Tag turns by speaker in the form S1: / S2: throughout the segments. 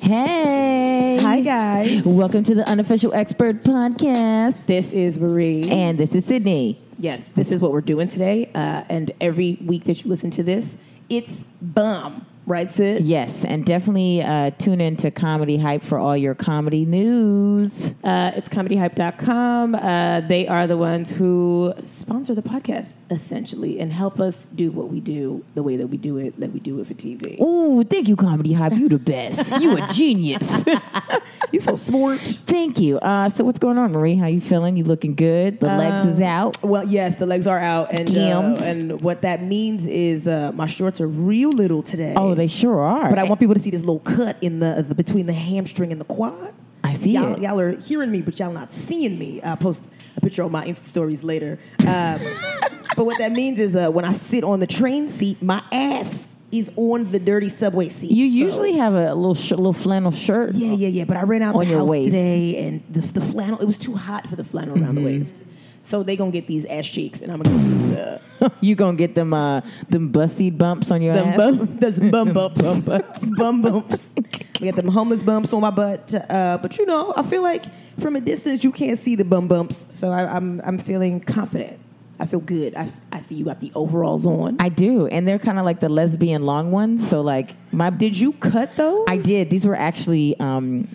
S1: Hey.
S2: Hi, guys.
S1: Welcome to the Unofficial Expert Podcast.
S2: This is Marie.
S1: And this is Sydney.
S2: yes, this is what we're doing today. Uh, and every week that you listen to this, it's bum, right, Sid?
S1: Yes, and definitely uh, tune in to Comedy Hype for all your comedy news.
S2: Uh, it's comedyhype.com. Uh, they are the ones who sponsor the podcast, essentially, and help us do what we do the way that we do it, that we do it for TV.
S1: Ooh, thank you, Comedy Hype. You the best. you a genius.
S2: You so smart.
S1: thank you. Uh, so what's going on, Marie? How you feeling? You looking good? The legs is out.
S2: Well, yes, the legs are out, and uh,
S1: Yams.
S2: and what that means is uh, my shorts are real little today.
S1: Oh, they sure are.
S2: But I want people to see this little cut in the, the between the hamstring and the quad.
S1: I see
S2: y'all,
S1: it.
S2: Y'all are hearing me, but y'all not seeing me. I'll post a picture on my Insta stories later. Um, but what that means is uh, when I sit on the train seat, my ass is on the dirty subway seat.
S1: You
S2: So-
S1: usually have a little sh- little flannel shirt.
S2: Yeah, yeah, yeah. But I ran out
S1: On
S2: the
S1: your
S2: house
S1: waist.
S2: today, and the, the flannel, it was too hot for the flannel around the
S1: Mm-hmm.
S2: waist. So they gonna get these ass cheeks, and I'm gonna get these, uh,
S1: You gonna get them uh them busty bumps on your
S2: them
S1: ass.
S2: bump, those bum bumps,
S1: Bum
S2: bum
S1: bumps.
S2: bumps, bum bumps. I got them homeless bumps on my butt, uh, but you know, I feel like from a distance you can't see the bum bumps, so I, I'm I'm feeling confident. I feel good. I, I see you got the overalls on.
S1: I do, and they're kind of like the lesbian long ones. So like my
S2: did you cut those?
S1: I did. These were actually um,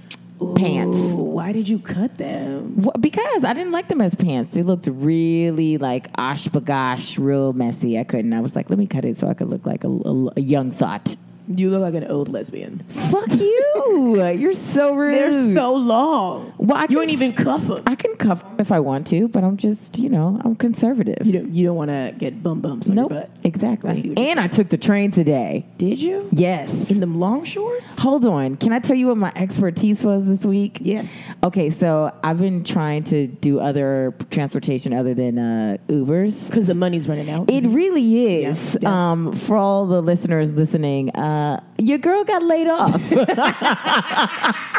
S1: pants
S2: Ooh, Why did you cut them?
S1: Wh- because I didn't like them as pants. They looked really like osh bagosh, real messy. I couldn't. I was like, let me cut it so I could look like a, a- a young thought.
S2: You look like an old lesbian.
S1: Fuck you! You're so rude.
S2: They're so long.
S1: Well, I
S2: you
S1: can-
S2: ain't even cuff them.
S1: I can cuff if I want to, but I'm just you know I'm conservative.
S2: You don't, you don't want to get bum bumps on
S1: nope,
S2: your butt. I see
S1: exactly.
S2: what you're
S1: And I took the train today.
S2: Did you?
S1: Yes.
S2: In them long shorts?
S1: Hold on. Can I tell you what my expertise was this week?
S2: Yes.
S1: Okay, so I've been trying to do other transportation other than uh, Ubers.
S2: Because the money's running out.
S1: It really is.
S2: Mm-hmm. Yeah, yeah.
S1: Um, for all the listeners listening, uh, your girl got laid off.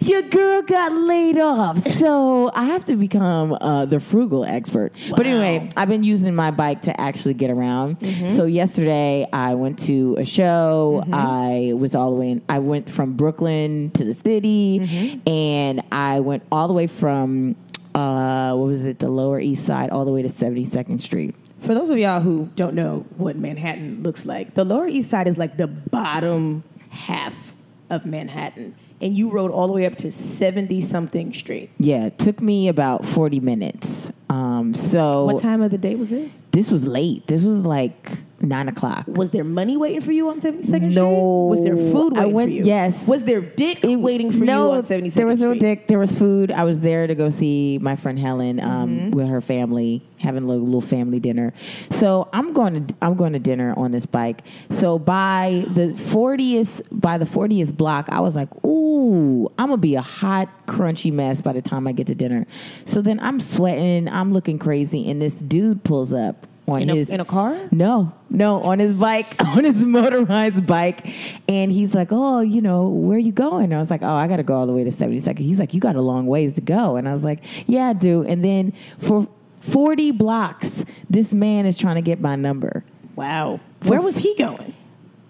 S1: Your girl got laid off, so I have to become uh, the frugal expert. But
S2: Wow. Mm-hmm.
S1: anyway, I've been using my bike to actually get around. So yesterday, I went to a show. I was all the way. In, I went from Brooklyn to the city,
S2: Mm-hmm.
S1: and I went all the way from uh, what was it, the Lower East Side, all the way to Seventy Second Street.
S2: For those of y'all who don't know what Manhattan looks like, the Lower East Side is like the bottom half of Manhattan. And you rode all the way up to 70 something street.
S1: Yeah, it took me about forty minutes. Um, so
S2: What time of the day was this?
S1: this was late. This was like nine o'clock.
S2: Was there money waiting for you on 72nd Street?
S1: No.
S2: Was there food waiting
S1: I went-
S2: for you?
S1: yes.
S2: Was there dick
S1: It-
S2: waiting for
S1: no,
S2: you on 72nd
S1: There was no
S2: Street?
S1: dick. There was food. I was there to go see my friend Helen um,
S2: Mm-hmm.
S1: with her family, having a little, little family dinner. So I'm going to I'm going to dinner on this bike. So by the 40th by the 40th block, I was like, ooh, I'm gonna be a hot crunchy mess by the time I get to dinner. So then I'm sweating. I'm looking crazy, and this dude pulls up. On
S2: In a-
S1: his
S2: in a car?
S1: no, no, on his bike, on his motorized bike. And he's like, Oh, you know, where you going? I was like, Oh, I got to go all the way to 72nd. He's like, You got a long ways to go. And I was like, Yeah, I do. And then for 40 blocks, this man is trying to get my number.
S2: Wow. Where was he going?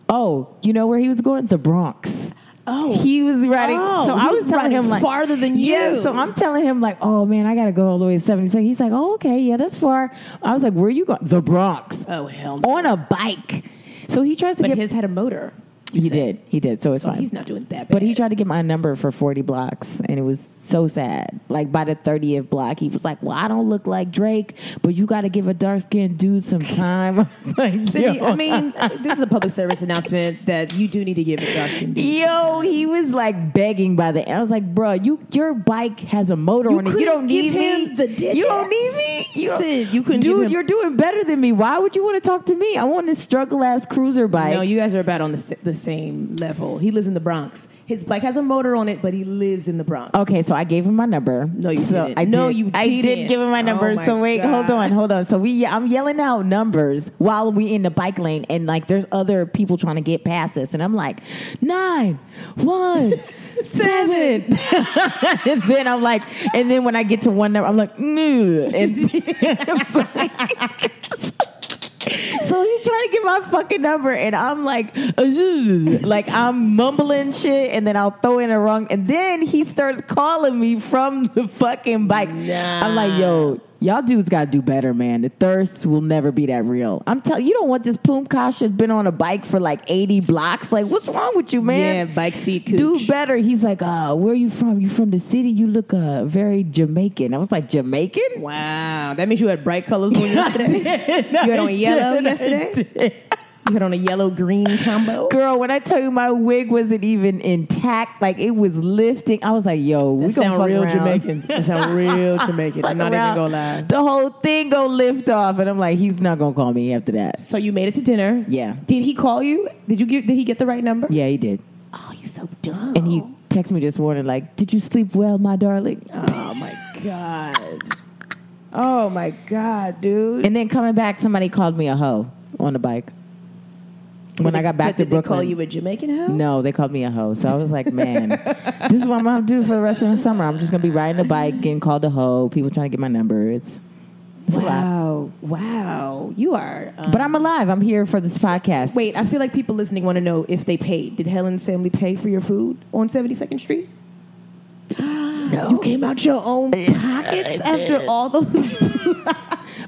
S1: Oh, you know where he was going? The Bronx.
S2: Oh.
S1: He was riding.
S2: Oh,
S1: so
S2: he
S1: I was
S2: was
S1: telling
S2: riding
S1: him like
S2: farther than you.
S1: Yeah. So I'm telling him like, oh man, I gotta go all the way to 72nd. He's like, oh okay, yeah, that's far. I was like, where you going? The Bronx.
S2: Oh, hell no.
S1: on a bike. So he tries to
S2: But
S1: get.
S2: his had a motor.
S1: he did. He did. So it's
S2: So
S1: fine.
S2: he's not doing that bad.
S1: but he tried to get my number for 40 blocks, and it was so sad. Like by the 30th block, he was like, Well, I don't look like Drake, but you got to give a dark skinned dude some time. I was like,
S2: Cindy,
S1: yo.
S2: I mean, this is a public service announcement that you do need to give it to us. Cindy.
S1: Yo, he was like begging by the. I was like, "Bro, you your bike has a motor on it. You
S2: couldn't
S1: don't need
S2: give him
S1: me.
S2: the
S1: you
S2: digits.
S1: don't need me. You, don't-
S2: Sid, you couldn't give
S1: dude.
S2: him-
S1: You're doing better than me. Why would you want to talk to me? I'm on this struggle ass cruiser bike.
S2: No, you guys are about on the, s- the same level. He lives in the Bronx. His bike has a motor on it, but he lives in the Bronx.
S1: Okay, so I gave him my number.
S2: No, you
S1: so
S2: didn't.
S1: I
S2: No,
S1: did.
S2: you
S1: I did
S2: didn't.
S1: give him my
S2: Oh
S1: number.
S2: my
S1: so wait, hold
S2: God.
S1: on, hold on. So we, I'm yelling out numbers while we in the bike lane, and like there's other people trying to get past us, and I'm like nine, one, seven. and then I'm like, and then when I get to one number, I'm like, no, and So he's trying to get my fucking number, and I'm like, "Ugh." like I'm mumbling shit, and then I'll throw in a wrong, and then he starts calling me from the fucking bike. I'm like, yo. Y'all dudes gotta do better, man. The thirst will never be that real. I'm telling you, don't want this Poomkash that's been on a bike for like 80 blocks. Like, what's wrong with you, man?
S3: Yeah, bike seat cooch.
S1: Do better. He's like, uh, where you from? You from the city? You look uh, very Jamaican. I was like, Jamaican?
S2: Wow, that means you had bright colors on yesterday.
S1: you
S2: had on yellow yesterday? you had on a yellow green combo.
S1: Girl, when I tell you my wig wasn't even intact, like it was lifting. I was like, yo, we
S3: That
S1: gonna
S3: sound
S1: fuck
S3: real
S1: around.
S3: Jamaican. That sound real Jamaican.
S1: Fuck
S3: I'm not
S1: around.
S3: even gonna lie.
S1: The whole thing gonna lift off. And I'm like, he's not gonna call me after that.
S2: So you made it to dinner.
S1: Yeah.
S2: Did he call you? Did you get? Did he get the right number?
S1: Yeah, he did.
S2: Oh, you so dumb.
S1: And
S3: Oh.
S1: he texted me this morning, like, did you sleep well, my darling?
S2: Oh my god. Oh my god, dude.
S1: And then coming back, somebody called me a hoe on the bike. When I got back
S2: But
S1: to
S2: did
S1: Brooklyn.
S2: they call you a Jamaican hoe?
S1: No, they called me a hoe. So I was like, man, this is what I'm gonna have to do for the rest of the summer. I'm just gonna be riding a bike, getting called a hoe, people trying to get my number. It's, it's a lot.
S2: Wow, wow. You are. Um,
S1: But I'm alive. I'm here for this podcast.
S2: wait, I feel like people listening want to know if they paid. Did Helen's family pay for your food on Seventy Second Street? No. You came out your own pockets after all those.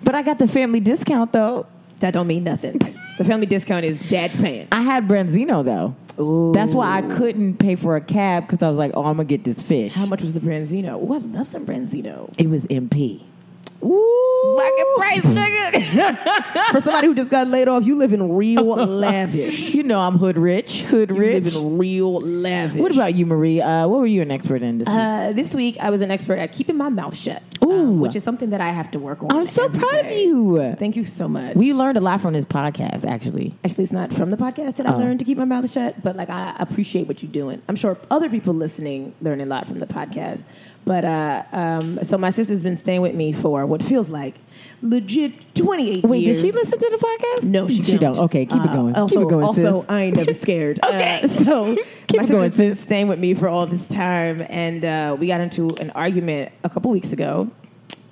S1: But I got the family discount though.
S2: that don't mean nothing. The family discount is dad's paying.
S1: I had Branzino though.
S2: Ooh.
S1: That's why I couldn't pay for a cab because I was like, oh, I'm gonna get this fish.
S2: How much was the Branzino? Ooh, I love some Branzino.
S1: It was MP.
S2: Ooh.
S1: Fucking price, nigga.
S2: For somebody who just got laid off, you live in real lavish.
S1: you know I'm hood rich. Hood rich.
S2: You live in real lavish.
S1: What about you, Marie? Uh, what were you an expert in this? week?
S2: Uh, this week, I was an expert at keeping my mouth shut, um,
S1: Ooh.
S2: which is something that I have to work on.
S1: I'm so
S2: every
S1: proud of
S2: day.
S1: you.
S2: Thank you so much.
S1: We learned a lot from this podcast, actually.
S2: Actually, it's not from the podcast that I
S1: Oh.
S2: learned to keep my mouth shut, but like I appreciate what you're doing. I'm sure other people listening learn a lot from the podcast. But uh, um, so my sister's been staying with me for what feels like legit 28
S1: Wait,
S2: years.
S1: did she listen to the podcast?
S2: No, she,
S1: don't. Okay, keep it
S2: Uh,
S1: going.
S2: Also,
S1: keep it going,
S2: also,
S1: sis.
S2: I ain't never scared.
S1: Okay.
S2: Uh, so
S1: Keep
S2: my
S1: it going,
S2: sister's been
S1: sis.
S2: Staying with me for all this time, and uh, we got into an argument a couple weeks ago.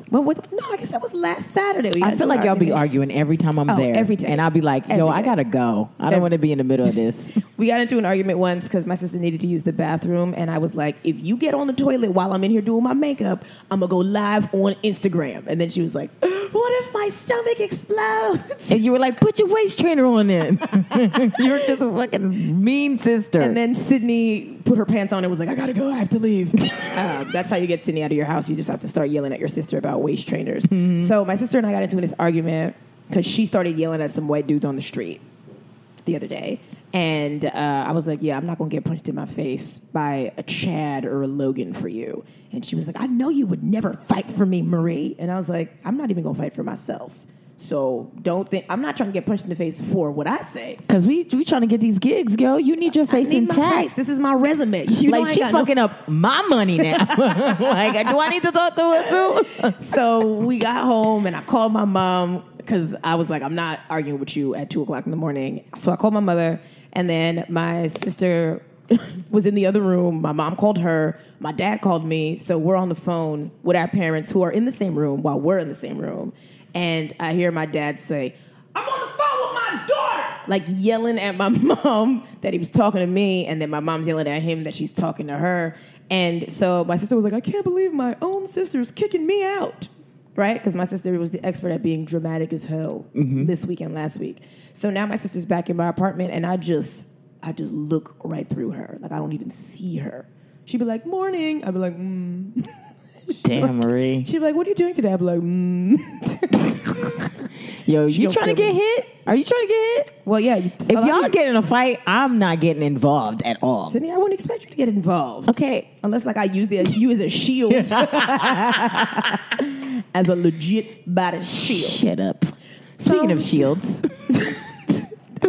S2: Well, what, no, I guess that was last Saturday. We got
S1: I
S2: into
S1: feel
S2: an
S1: like y'all be
S2: argument.
S1: arguing every time I'm
S2: Oh,
S1: there,
S2: every day.
S1: and I'll be like, "Yo,
S2: Every
S1: I
S2: day.
S1: gotta go. I don't
S2: Every-
S1: want to be in the middle of this."
S2: We got into an argument once because my sister needed to use the bathroom, and I was like, "If you get on the toilet while I'm in here doing my makeup, I'm gonna go live on Instagram." And then she was like, "What if my stomach explodes?"
S1: and you were like, "Put your waist trainer on." Then you're just a fucking mean sister.
S2: And then Sydney put her pants on and was like, I gotta go, I have to leave. uh, that's how you get Sydney out of your house. You just have to start yelling at your sister about waist trainers.
S1: Mm-hmm.
S2: So my sister and I got into this argument because she started yelling at some white dudes on the street the other day. And uh, I was like, Yeah, I'm not gonna get punched in my face by a Chad or a Logan for you. And she was like, I know you would never fight for me, Marie. And I was like, I'm not even gonna fight for myself. So don't think, I'm not trying to get punched in the face for what I say.
S1: Cause we we trying to get these gigs, yo. You need your face
S2: I need
S1: intact.
S2: my face. This is my resume. You know I
S1: like
S2: ain't
S1: she's
S2: got no-
S1: fucking up my money now. like, do I need to talk to her too?
S2: so we got home and I called my mom because I was like, I'm not arguing with you at two o'clock in the morning. So I called my mother, and then my sister was in the other room. My mom called her. My dad called me. So we're on the phone with our parents who are in the same room while we're in the same room. And I hear my dad say, I'm on the phone with my daughter, like yelling at my mom that he was talking to me, and then my mom's yelling at him that she's talking to her. And so my sister was like, I can't believe my own sister's kicking me out, right? Because my sister was the expert at being dramatic as hell
S1: Mm-hmm.
S2: this week and last week. So now my sister's back in my apartment, and I just, I just look right through her, like I don't even see her. She'd be like, "Morning," I'd be like, mm.
S1: Damn, Marie.
S2: she'd be like, "What are you doing today?" I'd be like, mm.
S1: Yo, you
S2: gonna
S1: trying to
S2: kill
S1: get
S2: me.
S1: hit? Are you trying to get hit?
S2: "Well, yeah." you-
S1: If y'all get in a fight, I'm not getting involved at all.
S2: Sydney, I wouldn't expect you to get involved.
S1: Okay.
S2: Unless like I use the you as a shield. as a legit body shield.
S1: Shut up. Speaking of shields, this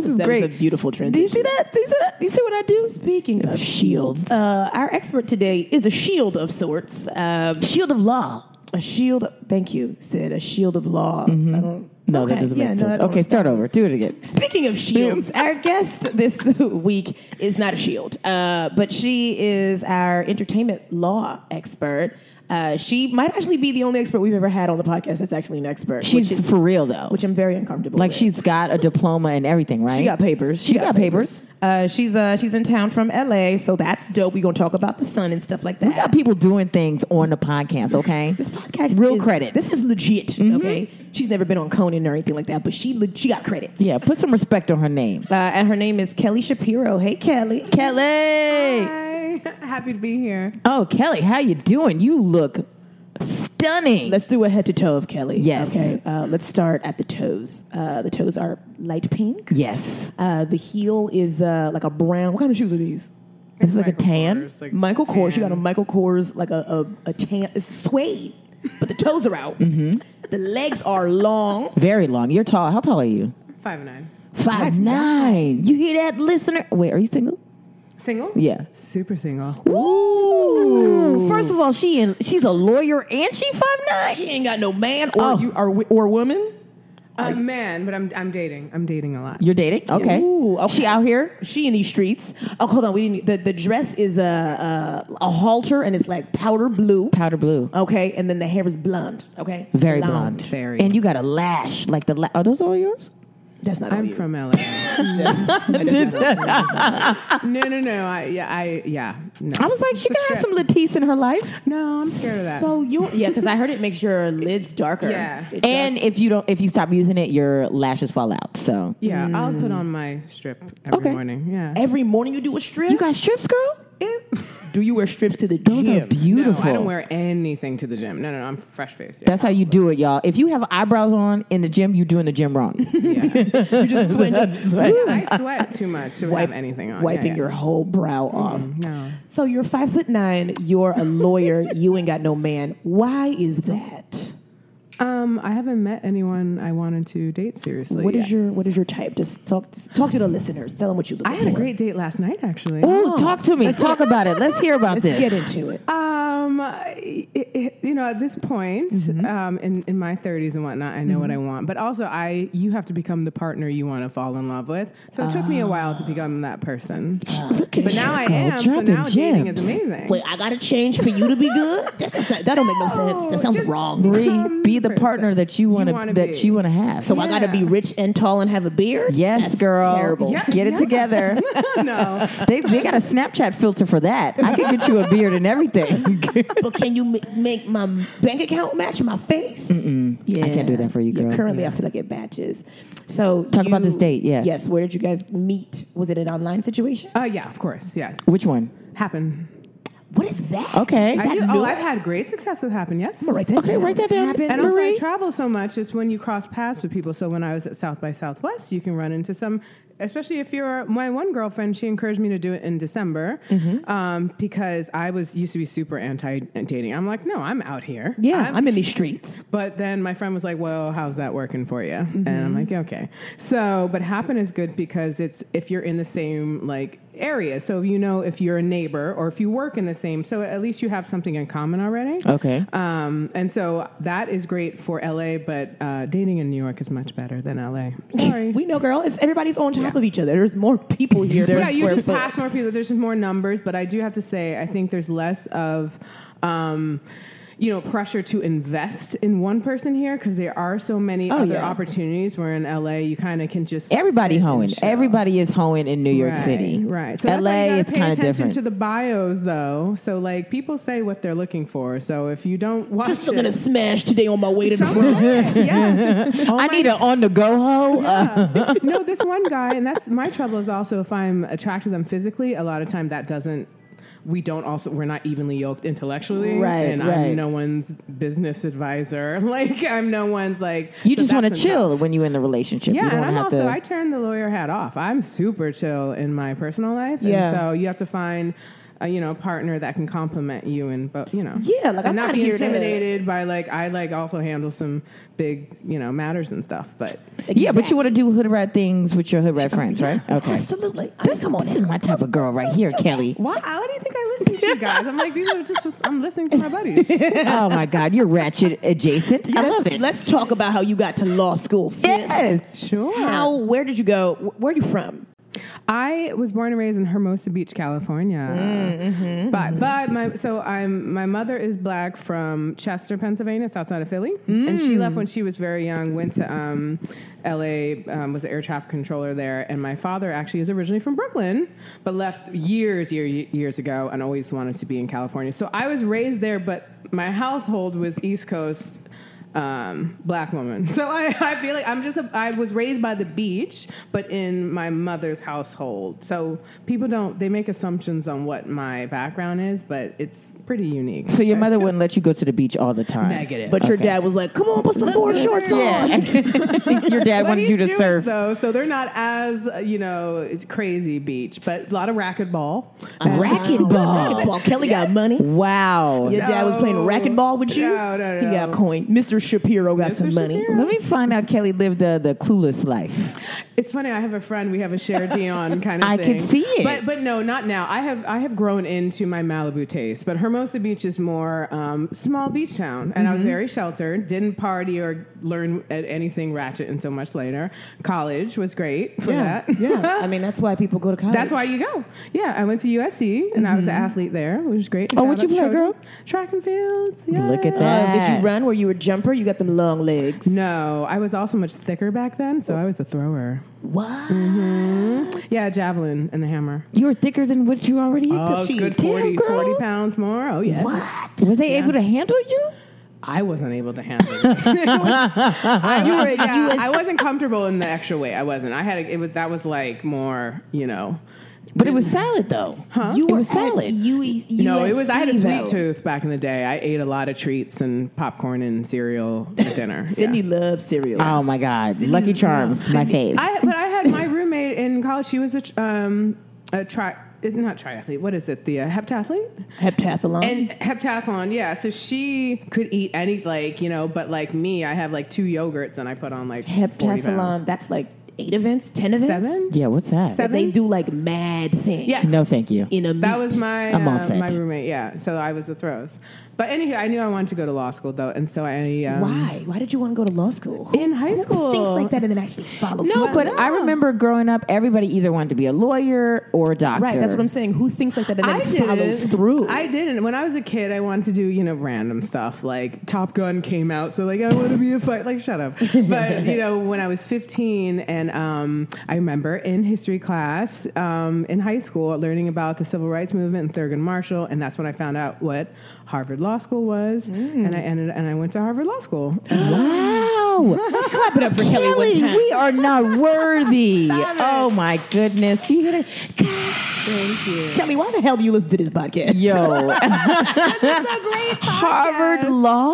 S1: is
S2: That
S1: great.
S2: was a beautiful
S1: Do you
S2: transition.
S1: see that? Do you see that? Do you see what I do?
S2: Speaking of
S1: shields.
S2: shields, uh, our expert today is a shield of sorts. Um,
S1: Shield of law.
S2: a shield. Thank you, Sid. A shield of law. I don't,
S1: No,
S2: Okay,
S1: that doesn't
S2: yeah,
S1: make
S2: Mm-hmm. no,
S1: sense.
S2: that don't-
S1: okay, start over. Do it again.
S2: Speaking of shields, our guest this week is not a shield, uh, but she is our entertainment law expert. Uh, she might actually be the only expert we've ever had on the podcast that's actually an expert.
S1: She's
S2: which, is,
S1: for real though.
S2: which I'm very uncomfortable.
S1: like
S2: with.
S1: she's got a diploma and everything, right?
S2: She got papers.
S1: She got papers.
S2: Uh, she's uh, she's in town from LA, so that's dope. We're gonna talk about the sun and stuff like that.
S1: We got people doing things on the podcast, okay?
S2: This podcast,
S1: Real
S2: is-
S1: credits. Mm-hmm.
S2: This is legit. Okay, she's never been on Conan or anything like that, but she le- she got credits.
S1: yeah, put some respect on her name.
S2: Uh, and her name is Kelly Shapiro. Hey, Kelly.
S1: Kelly.
S4: Hi. Happy to be here.
S1: Oh, Kelly, how you doing? You look stunning.
S2: Let's do a head to toe of Kelly.
S1: Yes.
S2: Okay. Uh, let's start at the toes. Uh, the toes are light pink.
S1: yes.
S2: Uh, the heel is uh, like a brown. What kind of shoes are these?
S1: It's like a
S4: Michael
S1: tan.
S4: Kors, like
S2: Michael Kors. She got a
S4: tan.
S2: Michael Kors, like a, a, a tan. It's suede, but the toes are out. mm-hmm. The legs are long.
S1: Very long. You're tall. How tall are you?
S4: Five nine.
S1: Five nine. You hear that, listener? Wait, are you single?
S4: Single?
S1: Yeah.
S4: Super single.
S1: Ooh. First of all, she in, she's a lawyer and she five nine.
S2: She ain't got no man or
S1: Oh.
S2: you or, wi- or woman.
S4: A man, but I'm I'm dating. I'm dating a lot.
S1: You're dating? Okay.
S2: Ooh, okay.
S1: She out here?
S2: She in these streets. Oh, hold on. We didn't. The, the dress is a, a a halter and it's like powder blue.
S1: Powder blue.
S2: Okay, and then the hair is blonde. Okay,
S1: Very blonde.
S4: Very.
S1: And you got a lash. Like the la- are those all yours?
S2: That's not.
S4: I'm
S2: I'm from.
S4: from LA. no, no, no. I yeah, I yeah. No.
S1: I was like, she
S4: It's a
S1: could have
S4: strip.
S1: some Latisse in her life.
S4: No, I'm scared of that.
S2: So you, yeah, because I heard it makes your lids darker.
S4: Yeah.
S1: And if you don't, if you stop using it, your lashes fall out. So
S4: yeah, I'll put on my strip every
S1: Okay.
S4: morning. Yeah.
S2: every morning you do a strip.
S1: you got strips, girl.
S2: do you wear strips to the
S1: Those
S2: gym?
S1: are beautiful.
S4: No, I don't wear anything to the gym. No, no, no. I'm fresh faced. Yeah.
S1: That's how you do it, y'all. If you have eyebrows on in the gym, you're doing the gym wrong.
S4: yeah.
S2: you just sweat, just
S4: I sweat too much to have anything on. Yeah,
S2: wiping
S4: yeah.
S2: your whole brow off.
S4: no.
S2: So you're five foot nine. You're a lawyer. you ain't got no man. Why is that?
S4: Um, I haven't met anyone I wanted to date seriously.
S2: What is
S4: yet.
S2: your What is your type? Just talk. Just talk to the listeners. Tell them what Oh, you look
S4: I had a
S2: for.
S4: great date last night, actually.
S1: Ooh, talk to me. Talk about it. Let's hear about this.
S2: Let's get into it.
S4: Um, I- i- you know, at this point, um, in, in my 30s and whatnot, I know what I want. But also, I you have to become the partner you want to fall in love with. So it took me a while to become that person.
S1: Look at
S4: but now
S1: you,
S4: I
S1: girl,
S4: am. So
S1: dropping
S4: now dating is
S1: gems.
S4: amazing.
S2: Wait, I gotta change for you to be good? That, that's- that don't make no sense. That sounds
S4: just-
S2: wrong.
S1: Bree, be the
S4: Person
S1: partner that you want
S4: wanna
S1: to that
S4: be.
S1: you want to have.
S2: So I gotta
S4: Yeah.
S2: be rich and tall and have a beard?
S1: yes,
S2: That's
S1: girl,
S2: Terrible.
S4: Yeah,
S1: get it
S4: yeah.
S1: together.
S4: no,
S1: they they got a Snapchat filter for that. I could get you a beard and everything.
S2: But can you ma- make my bank account match my face? Yeah, I
S1: can't do that for you, girl.
S2: currently, I feel like it matches. So
S1: Talk about
S2: you-
S1: this date, yeah.
S2: Yes. Where did you guys meet? Was it an online situation?
S4: uh, yeah, of course, yeah,
S1: Which one?
S4: happen.
S2: What is that?
S1: Okay.
S2: Is
S4: I
S2: that
S4: do,
S2: new?
S4: oh, I've had great success with happen. Yes,
S2: I'ma write that
S1: Okay,
S2: down.
S1: write that down.
S2: Happen-
S4: And also, I
S1: Marie?
S4: travel so much. It's when you cross paths with people. So when I was at South by Southwest, you can run into some. Especially if you're my one girlfriend, she encouraged me to do it in December um, because I was used to be super anti dating. I'm like, no, I'm out here.
S2: yeah, I'm, in these streets.
S4: But then my friend was like, "Well, how's that working for you?" And I'm like, "Okay." So, but happen is good because it's if you're in the same like area, so you know if you're a neighbor or if you work in the same, so at least you have something in common already.
S1: Okay.
S4: Um, and so that is great for LA, but uh, dating in New York is much better than LA. Sorry.
S2: We know, girl. It's everybody's on top of each other. There's more people here. per
S4: yeah, you
S2: square
S4: just
S2: foot.
S4: pass more people. There's just more numbers, but I do have to say, I think there's less of. Um, you know, pressure to invest in one person here because there are so many other
S2: yeah.
S4: opportunities. Where in LA, you kind of can just
S1: Oh, Everybody
S4: sit and
S1: hoeing.
S4: chill.
S1: Everybody is hoeing in New York
S4: Right,
S1: City.
S4: right? So
S1: LA is kind of different.
S4: To the bios, though, so like people say what they're looking for. So if you don't watch,
S2: Just
S4: it,
S2: gonna smash today on my way to the
S4: Someone-
S2: Bronx.
S4: yeah. Oh
S1: I
S4: my
S1: need an on the go hoe. Uh,
S4: no, this one guy, and that's my trouble is also if I'm attracted to them physically, a lot of time that doesn't. We don't also we're not evenly yoked intellectually,
S1: Right,
S4: And
S1: right.
S4: I'm no one's business advisor. Like I'm no one's like
S1: you
S4: so
S1: just want to
S4: that's a no.
S1: chill when you're in the relationship. you
S4: Yeah,
S1: don't
S4: and
S1: wanna
S4: I'm
S1: have
S4: also
S1: to.
S4: I turn the lawyer hat off. I'm super chill in my personal life,
S2: Yeah.
S4: and so you have to find. A, you know, partner that can complement you and but you know,
S2: Yeah, like,
S4: and
S2: I'm
S4: not
S2: not
S4: be
S2: here to-
S4: intimidated by like I like also handle some big you know matters and stuff, but
S1: Yeah, but you want to do hood rat things with your hood rat friends, right? Okay.
S2: Absolutely. I
S1: This,
S2: mean, come on.
S1: this is my type of girl right here, Kelly.
S4: Why? Why do you think I listen to you guys? I'm like, these are just, I'm listening to my buddies.
S1: oh my God, you're ratchet adjacent. I love it.
S2: Let's talk about how you got to law school. sis.
S1: Yes.
S4: Sure.
S2: How? Where did you go? Wh- Where are you from?
S4: I was born and raised in Hermosa Beach, California. Mm, But but my so I'm my mother is black from Chester, Pennsylvania, it's outside of Philly, and she left when she was very young. Went to um, L.A. Um, was an air traffic controller there, and my father actually is originally from Brooklyn, but left years year, years ago, and always wanted to be in California. So I was raised there, but my household was East Coast um, black woman. So I, I feel like I'm just, a, I was raised by the beach, but in my mother's household. So people don't, they make assumptions on what my background is, but it's pretty unique.
S1: So your mother wouldn't let you go to the beach all the time.
S3: Negative.
S2: But your
S1: Okay.
S2: dad was like, "Come on, put some board shorts on."
S1: your dad
S4: But
S1: wanted
S4: he's
S1: you to
S4: Jewish,
S1: surf.
S4: though, so they're not as uh, you know it's crazy beach, but a lot of racquetball. And-
S2: Racquetball. Racquetball. Kelly got money.
S1: Wow.
S2: Your dad was playing
S4: No.
S2: racquetball with you.
S4: No, no,
S2: He
S4: no.
S2: got coin. Mr. Shapiro got some money.
S4: Shapiro.
S1: Let me find out Kelly lived uh, the clueless life.
S4: It's funny. I have a friend. We have a shared Dion kind of.
S1: I
S4: thing.
S1: can see it.
S4: but but no, not now. I have I have grown into my Malibu taste. But Hermosa Beach is more um, small beach town, and I
S1: Mm-hmm.
S4: was very sheltered. Didn't party or learn at anything ratchet until much later. College was great for that.
S2: yeah. I mean, that's why people go to college.
S4: That's why you go. Yeah, I went to USC and I was an athlete there, which was great.
S1: Mm-hmm. Oh, what'd
S4: Shout
S1: you
S4: out
S1: play,
S4: Trojan-
S1: girl?
S4: Track and fields.
S1: Look at
S4: Yay.
S1: that.
S2: Uh, did you run? Were you a jumper? You got them long legs.
S4: No, I was also much thicker back then,
S1: Oh.
S4: so I was a thrower.
S2: What?
S4: Mm-hmm. Yeah, javelin and the hammer.
S1: You were thicker than what you already had to
S4: it's
S1: feed.
S4: Oh, good
S1: Damn,
S4: 40,
S1: girl.
S4: 40 pounds more. Oh, yes.
S1: What? Was they able to handle you?
S4: I wasn't able to handle it. I, you were, I wasn't comfortable in the extra weight. I wasn't. I had a, it was that was like more, you know.
S1: But it was salad though. Huh?
S2: You
S1: it
S2: were E,
S1: was
S2: solid.
S1: salad.
S2: You
S4: No, it was. I had a sweet
S2: though.
S4: tooth back in the day. I ate a lot of treats and popcorn and cereal at dinner. Yeah. Uh,
S2: Cindy loves cereal.
S1: Oh my God! Lucky Charms, my fave.
S4: I, but I had my roommate in college. She was a tr- um a tri not triathlete. What is it? The uh, heptathlete.
S2: Heptathlon.
S4: And heptathlon, yeah. So she could eat any, like, you know, but like me, I have like two yogurts and I put on like 40 pounds.
S2: Heptathlon. That's like eight events, ten events.
S4: Seven?
S1: yeah, what's that?
S4: Seven?
S2: But they do like mad things.
S4: Yes.
S1: No, thank you.
S2: In a
S4: That
S2: meet.
S4: was my
S1: I'm all
S4: uh,
S1: set.
S4: my roommate, yeah. So I was the throws. But anywho, I knew I wanted to go to law school though, and so I um,
S2: Why? Why did you want to go to law school? Who-
S4: in high
S2: who
S4: school
S2: thinks like that and then actually follows.
S1: no,
S2: through?
S1: but I remember growing up, everybody either wanted to be a lawyer or a doctor.
S2: Right, that's what I'm saying. Who thinks like that and then
S4: I did.
S2: follows through?
S4: I didn't. When I was a kid, I wanted to do you know random stuff like Top Gun came out, so like I want to be a fight. Like shut up. But you know when I was 15, and um, I remember in history class um, in high school learning about the civil rights movement and Thurgood Marshall, and that's when I found out what Harvard Law School was,
S2: Mm.
S4: and I ended and I went to Harvard Law School.
S1: Wow. Let's clap it up for Kelly.
S2: one time.
S1: we are not worthy. oh my goodness. You hit it.
S2: Kelly, why the hell do you listen to this podcast?
S1: Yo. Harvard Law?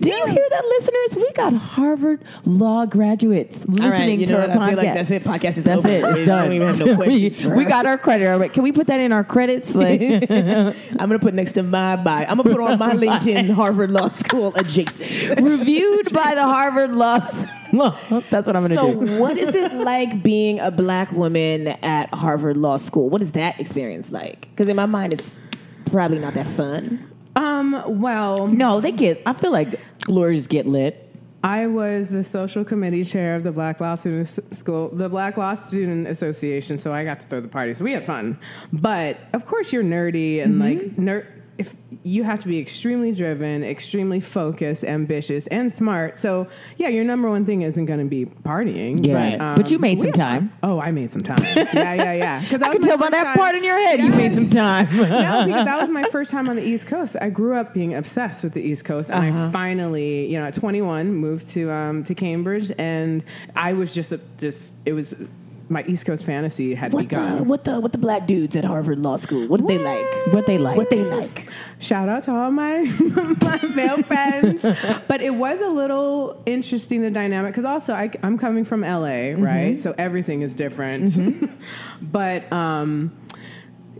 S1: Do you hear that, listeners? We got Harvard Law graduates listening
S2: All right, you
S1: to
S2: know
S1: our
S2: what?
S1: podcast.
S2: I feel like that's it. Podcast is
S1: That's
S2: over.
S1: it.
S2: We
S1: It's done.
S2: don't even have no questions.
S1: we,
S2: for
S1: we
S2: her.
S1: got our credit. All right. Can we put that in our credits? Like,
S2: I'm gonna put next to my bio. I'm gonna put on my LinkedIn Harvard Law School adjacent.
S1: reviewed by the Harvard Law. S- Law. That's what I'm going to
S2: So,
S1: do.
S2: what is it like being a black woman at Harvard Law School? What is that experience like? Because in my mind, it's probably not that fun.
S4: Um, well,
S1: No, they get, I feel like lawyers get lit.
S4: I was the social committee chair of the Black Law Student S- School, the Black Law Student Association, so I got to throw the party. So we had fun. But of course, you're nerdy
S1: Mm-hmm.
S4: and like nerd. If you have to be extremely driven, extremely focused, ambitious, and smart. So yeah, your number one thing isn't going to be partying.
S1: Yeah.
S4: But,
S1: Right. But you made
S4: we
S1: some
S4: had
S1: time.
S4: fun. Oh, I made some time. yeah, yeah, yeah. Because
S1: I can tell by that part in your head you made some time.
S4: no, because that was my first time on the East Coast. I grew up being obsessed with the East Coast, and
S2: Uh-huh.
S4: I finally, you know, at 21, moved to um, to Cambridge, and I was just a, just it was my East Coast fantasy had
S2: What
S4: begun.
S2: the what the what the black dudes at Harvard Law School? What did they like?
S1: what they like.
S2: What they like?
S4: Shout out to all my my male friends, but it was a little interesting the dynamic because also I, I'm coming from LA, right? So everything is different, but. um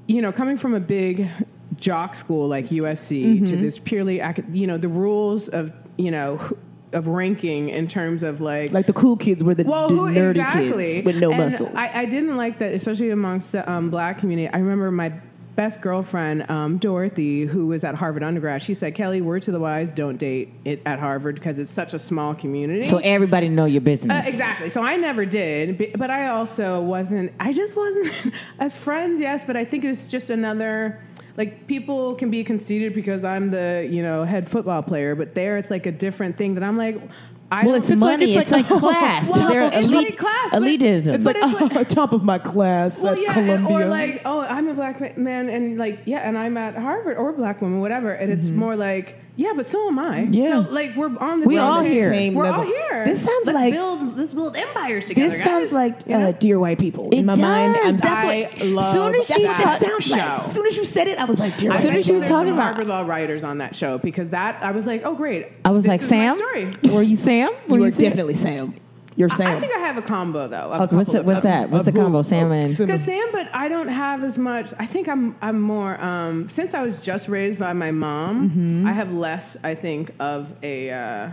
S4: you know, coming from a big jock school like USC to this purely, acad- you know, the rules of, you know, wh- of ranking in terms of like,
S2: Like the cool kids were the,
S4: well,
S2: the
S4: who
S2: nerdy
S4: exactly
S2: kids with no
S4: And
S2: muscles.
S4: I, I didn't like that, especially amongst the um, black community. I remember my best girlfriend, um, Dorothy, who was at Harvard undergrad, she said, Kelly, word to the wise, don't date it at Harvard because it's such a small community.
S1: So everybody know your
S4: Uh,
S1: business.
S4: exactly. So I never did, b- but I also wasn't. I just wasn't as friends. Yes, but I think it's just another. Like people can be conceited because I'm the you know head football player, but there it's like a different thing that I'm like. I
S1: Well,
S4: don't-
S1: it's, money.
S2: it's
S1: It's like,
S2: like-
S1: class.
S4: Well,
S1: They're
S4: it's
S1: elite,
S4: like class, but-
S1: elitism.
S4: it's like-
S2: oh, top of my class
S4: well,
S2: at
S4: yeah, and-
S2: Columbia.
S4: or like oh I'm a black ma- man and like yeah, and I'm at Harvard or a black woman, whatever, and it's more like yeah, but so am I.
S2: Yeah.
S4: so, like we're on the
S1: We all here.
S4: We're all here.
S2: This sounds
S4: let's
S2: like
S4: build let's build empires together.
S2: this
S4: guys.
S2: sounds like
S4: You know?
S2: uh, dear white people. In
S1: It
S2: my mind,
S1: does.
S2: I'm,
S1: That's
S2: I
S1: what-
S2: love
S1: soon as
S2: that's
S1: she
S2: what
S1: talked-
S2: it sounds like. As
S4: show.
S2: soon as you said it, I was like, dear
S1: As soon
S2: white
S1: as she was
S2: people.
S1: talking about-
S4: Harvard Law writers on that show because that I was like, oh great.
S1: I was
S4: This
S1: like,
S4: is my
S1: Sam?
S4: story.
S1: Were you Sam? Were
S2: you
S1: you
S2: are
S1: Sam?
S2: definitely Sam. You're
S4: I
S2: Sam.
S4: think I have a combo though.
S1: Oh, What's, the, what's that? What's the combo? Sam and
S4: Because Sam, but I don't have as much. I think I'm I'm more. Um, since I was just raised by my mom,
S2: Mm-hmm.
S4: I have less. I think of a uh,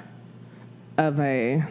S4: of a.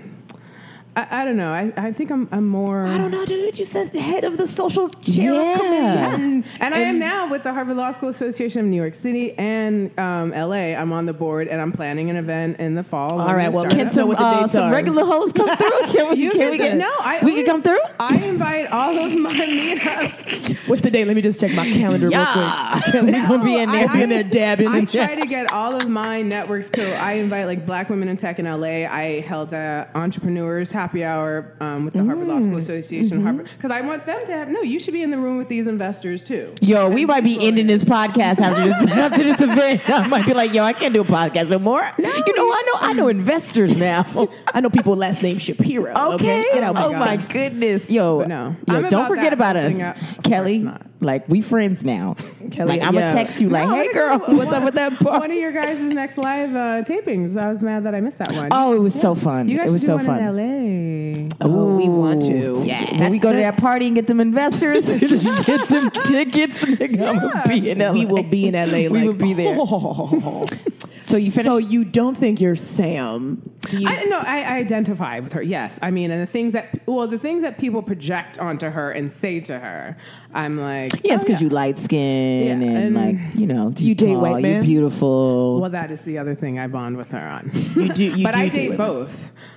S4: I, I don't know. I, I think I'm I'm more.
S2: I don't know, dude. You said the head of the social chair
S1: Yeah.
S2: committee. And,
S4: And I am now with the Harvard Law School Association of New York City and um, LA. I'm on the board and I'm planning an event in the fall.
S2: All right, well,
S4: Women's
S2: Can some, uh, some regular hoes come through? Can we, can we get,
S4: no, I
S1: we can
S4: always-
S1: come through.
S4: I invite all of my meetups.
S2: What's the date? Let me just check my calendar
S1: Yeah.
S2: real quick. We're going to be
S4: No,
S2: in there.
S4: Oh, I-
S2: We'll be in
S4: I-
S2: there dabbing.
S4: I
S2: and-
S4: try to get all of my networks cool. I invite like black women in tech in LA. I held a entrepreneurs happy hour um, with the Harvard Law
S2: Mm,
S4: School Association,
S2: mm-hmm.
S4: Harvard, because I want them to have. No, you should be in the room with these investors too.
S1: Yo, we might be ending this podcast after this, after this event. I might be like, yo, I can't do a podcast no more. you know, I know, I know investors now.
S2: I know people last name Shapiro. Okay.
S1: Okay.
S2: Get out
S1: oh
S4: my
S1: my
S4: goodness.
S1: goodness. Yo,
S4: But no.
S1: yo,
S4: I'm
S1: don't
S4: about
S1: forget
S4: that
S1: about us.
S4: opening up. Of
S1: Kelly,
S4: course not.
S1: like we friends now.
S2: Kelly,
S1: like I'm
S2: yeah.
S1: gonna text you like,
S4: No, I
S1: hey
S4: didn't
S1: girl,
S4: know-
S1: what's up with that
S2: Oh.
S1: part?
S4: One of your guys' next live uh, tapings. I was mad that I missed that one.
S1: Oh, it was so fun.
S4: you guys
S1: It was
S4: should
S1: so
S4: do
S1: fun.
S4: one in LA.
S2: Oh, we want to.
S1: Yeah. When we go to that party and get them investors, get them tickets, nigga, I'm gonna be in LA.
S2: We will be in LA.
S1: We
S2: like,
S1: will be there.
S2: so you So you don't think you're Sam? Do you,
S4: I, no, I, I identify with her. Yes, I mean, and the things that well, the things that people project onto her and say to her, I'm like,
S1: Yes,
S4: oh,
S1: because you
S4: yeah.
S1: light skin
S4: Yeah,
S1: and,
S4: and-
S1: like you know, do
S2: you date white
S1: You're
S2: men?
S1: beautiful.
S4: Well, that is the other thing I bond with her on.
S2: You do- you
S4: but
S2: do
S4: I
S2: do
S4: date
S2: it.
S4: both.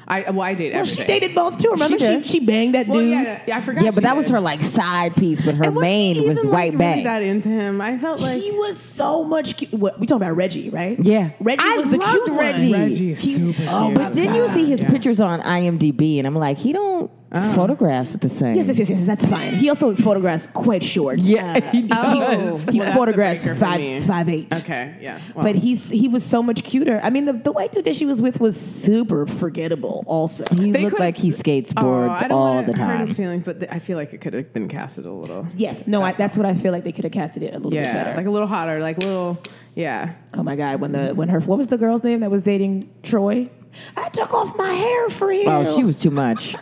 S4: I well, I date
S2: well, she
S4: everything.
S2: dated both too. Remember,
S1: She
S2: she, she,
S1: did.
S2: banged that
S4: well,
S2: dude.
S4: yeah, yeah, I forgot.
S1: yeah,
S4: she
S1: but that was
S4: did.
S1: her like side piece, but her
S4: And she
S1: main was
S4: even,
S1: white
S4: like,
S1: bang.
S4: Really that into him, I felt like
S2: he was so much. Cute. What, we talking about Reggie, right?
S1: Yeah.
S2: Reggie
S1: I
S2: was the
S1: loved
S2: cute
S1: Reggie.
S2: one.
S1: Reggie
S4: is super
S2: Oh,
S4: cute.
S2: but
S1: Didn't
S2: didn't
S1: you see his
S4: Yeah. Oh.
S1: pictures on IMDb? And I'm like, he don't photograph the same.
S2: Yes, yes, yes, yes. That's fine. He also photographs quite short.
S1: Yeah, he
S4: Oh,
S2: he
S4: well, that's a
S2: photographs
S4: breaker for me.
S2: five five eight.
S4: okay, yeah. Well,
S2: But he's he was so much cuter. I mean, the, the white dude that she was with was super forgettable. Also,
S1: He
S4: They
S1: looked
S4: could've-
S1: like he skates
S4: Oh,
S1: boards
S4: I don't
S1: all
S4: wanna
S1: the
S4: Hurt
S1: time.
S4: his feelings, but th- I feel like it could have been casted a little.
S2: yes, no, I, that's what I feel like they could have casted it a little bit
S4: Yeah,
S2: better.
S4: like a little hotter, like a little. Yeah,
S2: oh my god, when the when her what was the girl's name that was dating Troy? I took off my hair for you.
S1: Oh, she was too much.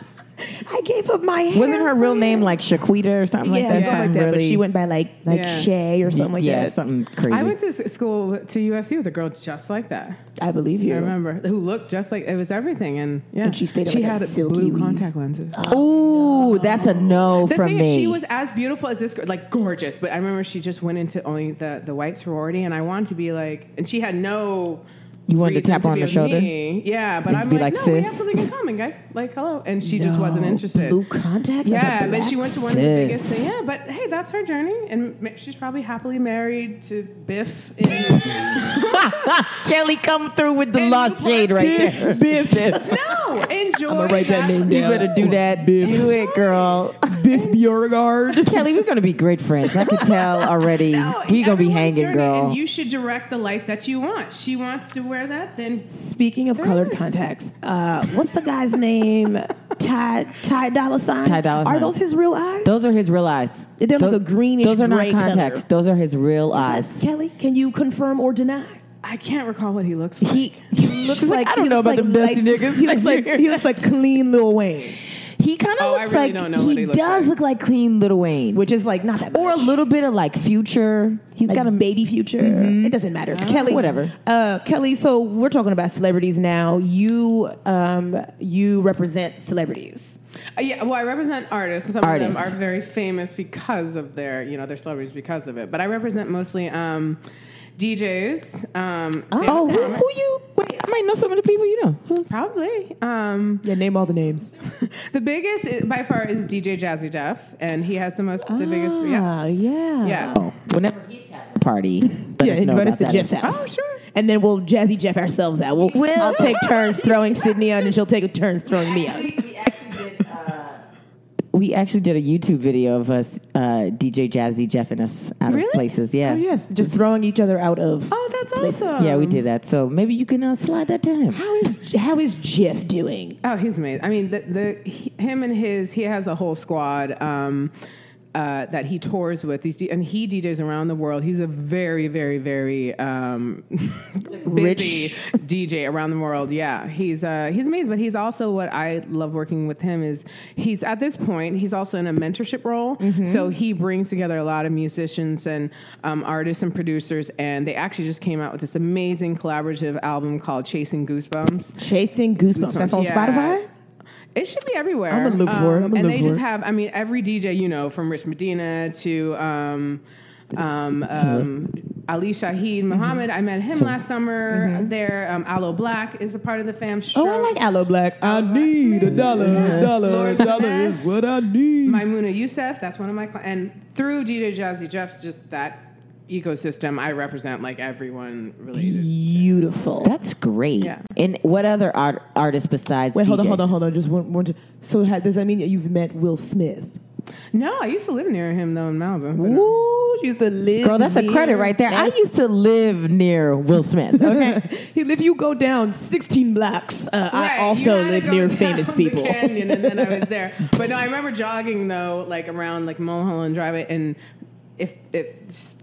S2: I gave up my hair.
S1: Wasn't her
S2: for
S1: real
S2: you.
S1: name like Shaquita or something
S2: Yeah,
S1: like that?
S2: something like
S1: Something
S2: that. But
S1: really-
S2: she went by like like
S4: Yeah.
S2: Shay or something like
S1: yeah,
S2: that.
S1: something crazy.
S4: I went to s- school to USC with a girl just like that.
S2: I believe you.
S4: I remember who looked just like it was everything, and yeah,
S2: And she stayed in,
S4: she
S2: like, a
S4: had
S2: silky
S4: blue
S2: weave.
S4: contact lenses.
S1: Ooh, that's a no
S4: the
S1: from
S4: thing
S1: me.
S4: is, she was as beautiful as this, girl, like gorgeous. But I remember she just went into only the the white sorority, and I wanted to be like, and she had no.
S1: You wanted to
S4: reason
S1: tap her on
S4: be
S1: the
S4: with
S1: shoulder?
S4: me. yeah. But
S1: And
S4: I'm
S1: to be
S4: like,
S1: like,
S4: no, we have
S1: "Sis."
S4: something in common, guys. Like, hello, and she just
S2: No,
S4: wasn't interested.
S2: Oh, Blue contacts. as a
S4: Yeah, but
S2: black
S4: she went to one of the biggest
S1: sis.
S4: things. Yeah, but hey, that's her journey, and ma- she's probably happily married to Biff. In,
S1: Kelly come through with the
S4: And
S1: lost
S4: you
S1: shade
S4: were-
S1: right there. Biff.
S4: no, enjoy.
S2: I'ma write that name
S1: You
S2: down.
S1: better do that. Do it, girl.
S2: Biff Bjergard.
S1: Kelly, we're gonna be great friends. I can tell already.
S4: No,
S1: we gonna be
S4: everyone's
S1: hanging,
S4: journey,
S1: girl.
S4: And you should direct the life that you want. She wants to wear that, then
S2: Speaking of
S4: Very
S2: colored
S4: nice.
S2: contacts, uh, what's the guy's name? Ty Ty Dolla Sign.
S1: Ty Dolla
S2: Are
S1: Sign.
S2: those his real eyes?
S1: those are his real eyes.
S2: They're
S1: those,
S2: like a greenish
S1: Those are not
S2: gray color.
S1: contacts. Those are his real eyes.
S2: Kelly, can you confirm or deny?
S4: I can't recall what he looks like.
S1: He
S2: Looks
S1: like, I don't know about
S2: the
S1: them dusty niggas.
S2: He looks like he looks like clean Lil Wayne.
S1: He kind of
S4: Oh, I
S1: looks
S4: really
S1: like
S4: don't know
S1: he
S4: what he looks
S1: does
S4: like.
S1: look like clean Little Wayne,
S2: which is like not that
S1: or a
S2: much.
S1: little bit of like Future. He's
S2: like
S1: got a
S2: baby future. It doesn't matter. Kelly,
S1: whatever.
S2: Uh, Kelly, so we're talking about celebrities now. You um, you represent celebrities.
S4: Uh, yeah, well, I represent artists. and Some
S1: Artists.
S4: of them are very famous because of their, you know, their celebrities because of it. But I represent mostly um, DJs. Um,
S1: Oh, who,
S4: famous-
S1: who you? Wait, I might know some of the people you know. Who-
S4: Probably. Um,
S2: Yeah, name all the names.
S4: the biggest i- by far is DJ Jazzy Jeff, and he has the most, the biggest, yeah,
S2: Ah, yeah.
S4: yeah.
S1: Whenever he's having a party, let
S2: Yeah,
S1: us know about
S2: invite us to
S1: that.
S2: Jeff's house.
S4: Oh, sure.
S2: And then we'll jazzy Jeff ourselves out. We'll,
S1: Well-
S2: I'll take turns throwing Sydney out, and she'll take turns throwing me out.
S1: We actually did a YouTube video of us, uh, DJ Jazzy Jeff and us out
S4: Really?
S1: of places. Yeah.
S2: Oh, yes, just throwing each other out of.
S4: Oh, that's awesome.
S1: Yeah, we did that. So maybe you can uh, slide that to him.
S2: How is how is Jeff doing?
S4: Oh, he's amazing. I mean, the, the he, him and his he has a whole squad um, uh, that he tours with. These D- and he DJs around the world. He's a very, very, very um, busy
S1: Rich.
S4: DJ around the world. Yeah, he's uh, he's amazing. But he's also what I love working with him is he's at this point he's also in a mentorship role. So he brings together a lot of musicians and um, artists and producers, and they actually just came out with this amazing collaborative album called Chasing Goosebumps.
S2: Chasing goosebumps. That's on
S4: Yeah.
S2: Spotify.
S4: It should be everywhere. Um,
S2: I'ma look for it. I'ma
S4: and
S2: look
S4: they
S2: for
S4: just
S2: it.
S4: have, I mean, every DJ you know, from Rich Medina to um, um, um, Ali Shaheed
S2: Mm-hmm.
S4: Muhammad. I met him last summer there. Um, Aloe Black is a part of the fam.
S2: Oh, I like Aloe Black.
S4: Oh,
S2: I need a dollar, dollar,
S4: Lord
S2: dollar
S4: Vaness.
S2: is what I need.
S4: Maimuna Youssef. That's one of my cli And through DJ Jazzy Jeff's, just that ecosystem, I represent like everyone related.
S2: Beautiful.
S1: That's great.
S4: Yeah.
S1: And what other art, artists besides?
S2: Wait, hold on,
S1: DJs?
S2: hold on, hold on. Just one, one. two. So ha- does that mean that you've met Will Smith?
S4: No, I used to live near him though in Malibu. but, uh,
S2: Ooh, she used to live.
S1: Girl, that's a
S2: near-
S1: credit right there. I
S2: That's-
S1: used to live near Will Smith. Okay.
S2: He- if you go down 16 blocks, uh,
S4: Right,
S2: I
S4: you
S2: also
S4: had to
S2: live
S4: go
S2: near
S4: down
S2: famous
S4: the
S2: people.
S4: Canyon, and then I was there. But no, I remember jogging though, like around like Mulholland Drive, and if it, just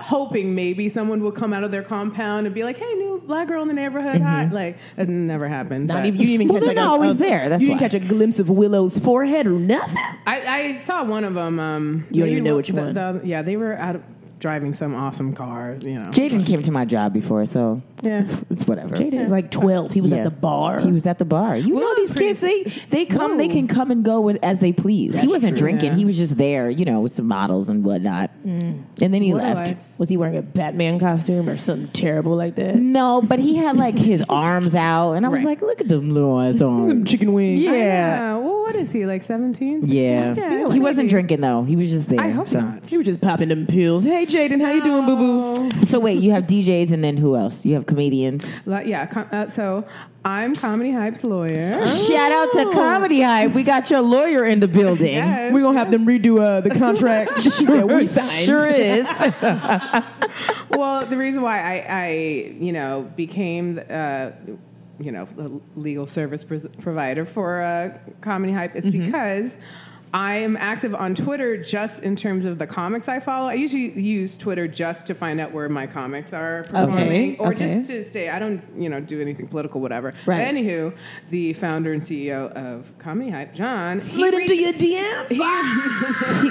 S4: hoping maybe someone would come out of their compound and be like, "Hey, new black girl in the neighborhood," hi. like it never happened.
S2: Mm-hmm. Not
S4: but-
S2: even you didn't even
S1: Well,
S2: catch
S1: they're
S2: like
S1: not
S2: a,
S1: always
S2: a-
S1: there, that's
S2: you didn't
S1: why.
S2: catch a glimpse of Willow's forehead or nothing.
S4: I, I saw one of them. Um,
S2: You don't
S4: maybe
S2: even know which
S4: the-
S2: one.
S4: the- yeah, they were out of, driving some awesome car. You know,
S1: Jaden came to my job before, so
S4: Yeah.
S1: it's, it's whatever.
S2: Jaden is like 12. He was
S1: Yeah.
S2: at the bar.
S1: He was at the bar. You
S4: Well,
S1: know these
S4: pretty-
S1: kids, they they come, they can come and go with, as they please. he wasn't
S4: true.
S1: drinking;
S4: Yeah.
S1: he was just there, you know, with some models and whatnot. And then he
S4: What do
S1: left.
S4: I-
S2: Was he wearing a Batman costume or something terrible like that?
S1: No, but he had like his arms out, and I was like,
S4: Right.
S1: "Look at them little ass arms."
S2: Chicken wing.
S4: I
S1: Yeah,
S4: know. Well, what is he like? Seventeen?
S1: yeah. He wasn't
S4: drinking.
S1: drinking though; he was just there.
S4: I hope
S1: so.
S4: not.
S2: He was just popping them pills. Hey, Jaden, how you doing, boo boo?
S1: So wait, you have DJs, and then who else? You have comedians.
S4: Like, yeah. Com- uh, so I'm comedy hype's lawyer.
S1: Shout out to Comedy Hype. We got your lawyer in the building.
S4: Yes.
S2: We're gonna have them redo uh, the contract that we signed.
S1: Sure is.
S4: well, the reason why I, I you know, became, uh, you know, a legal service pres- provider for uh, Comedy Hype is
S2: Mm-hmm.
S4: because I am active on Twitter just in terms of the comics I follow. I usually use Twitter just to find out where my comics are performing, or
S2: okay.
S4: just to say I don't, you know, do anything political, whatever.
S2: Right.
S4: But anywho, the founder and CEO of Comedy Hype, John, he
S2: Slid into
S4: reached-
S2: your DMs.
S1: he,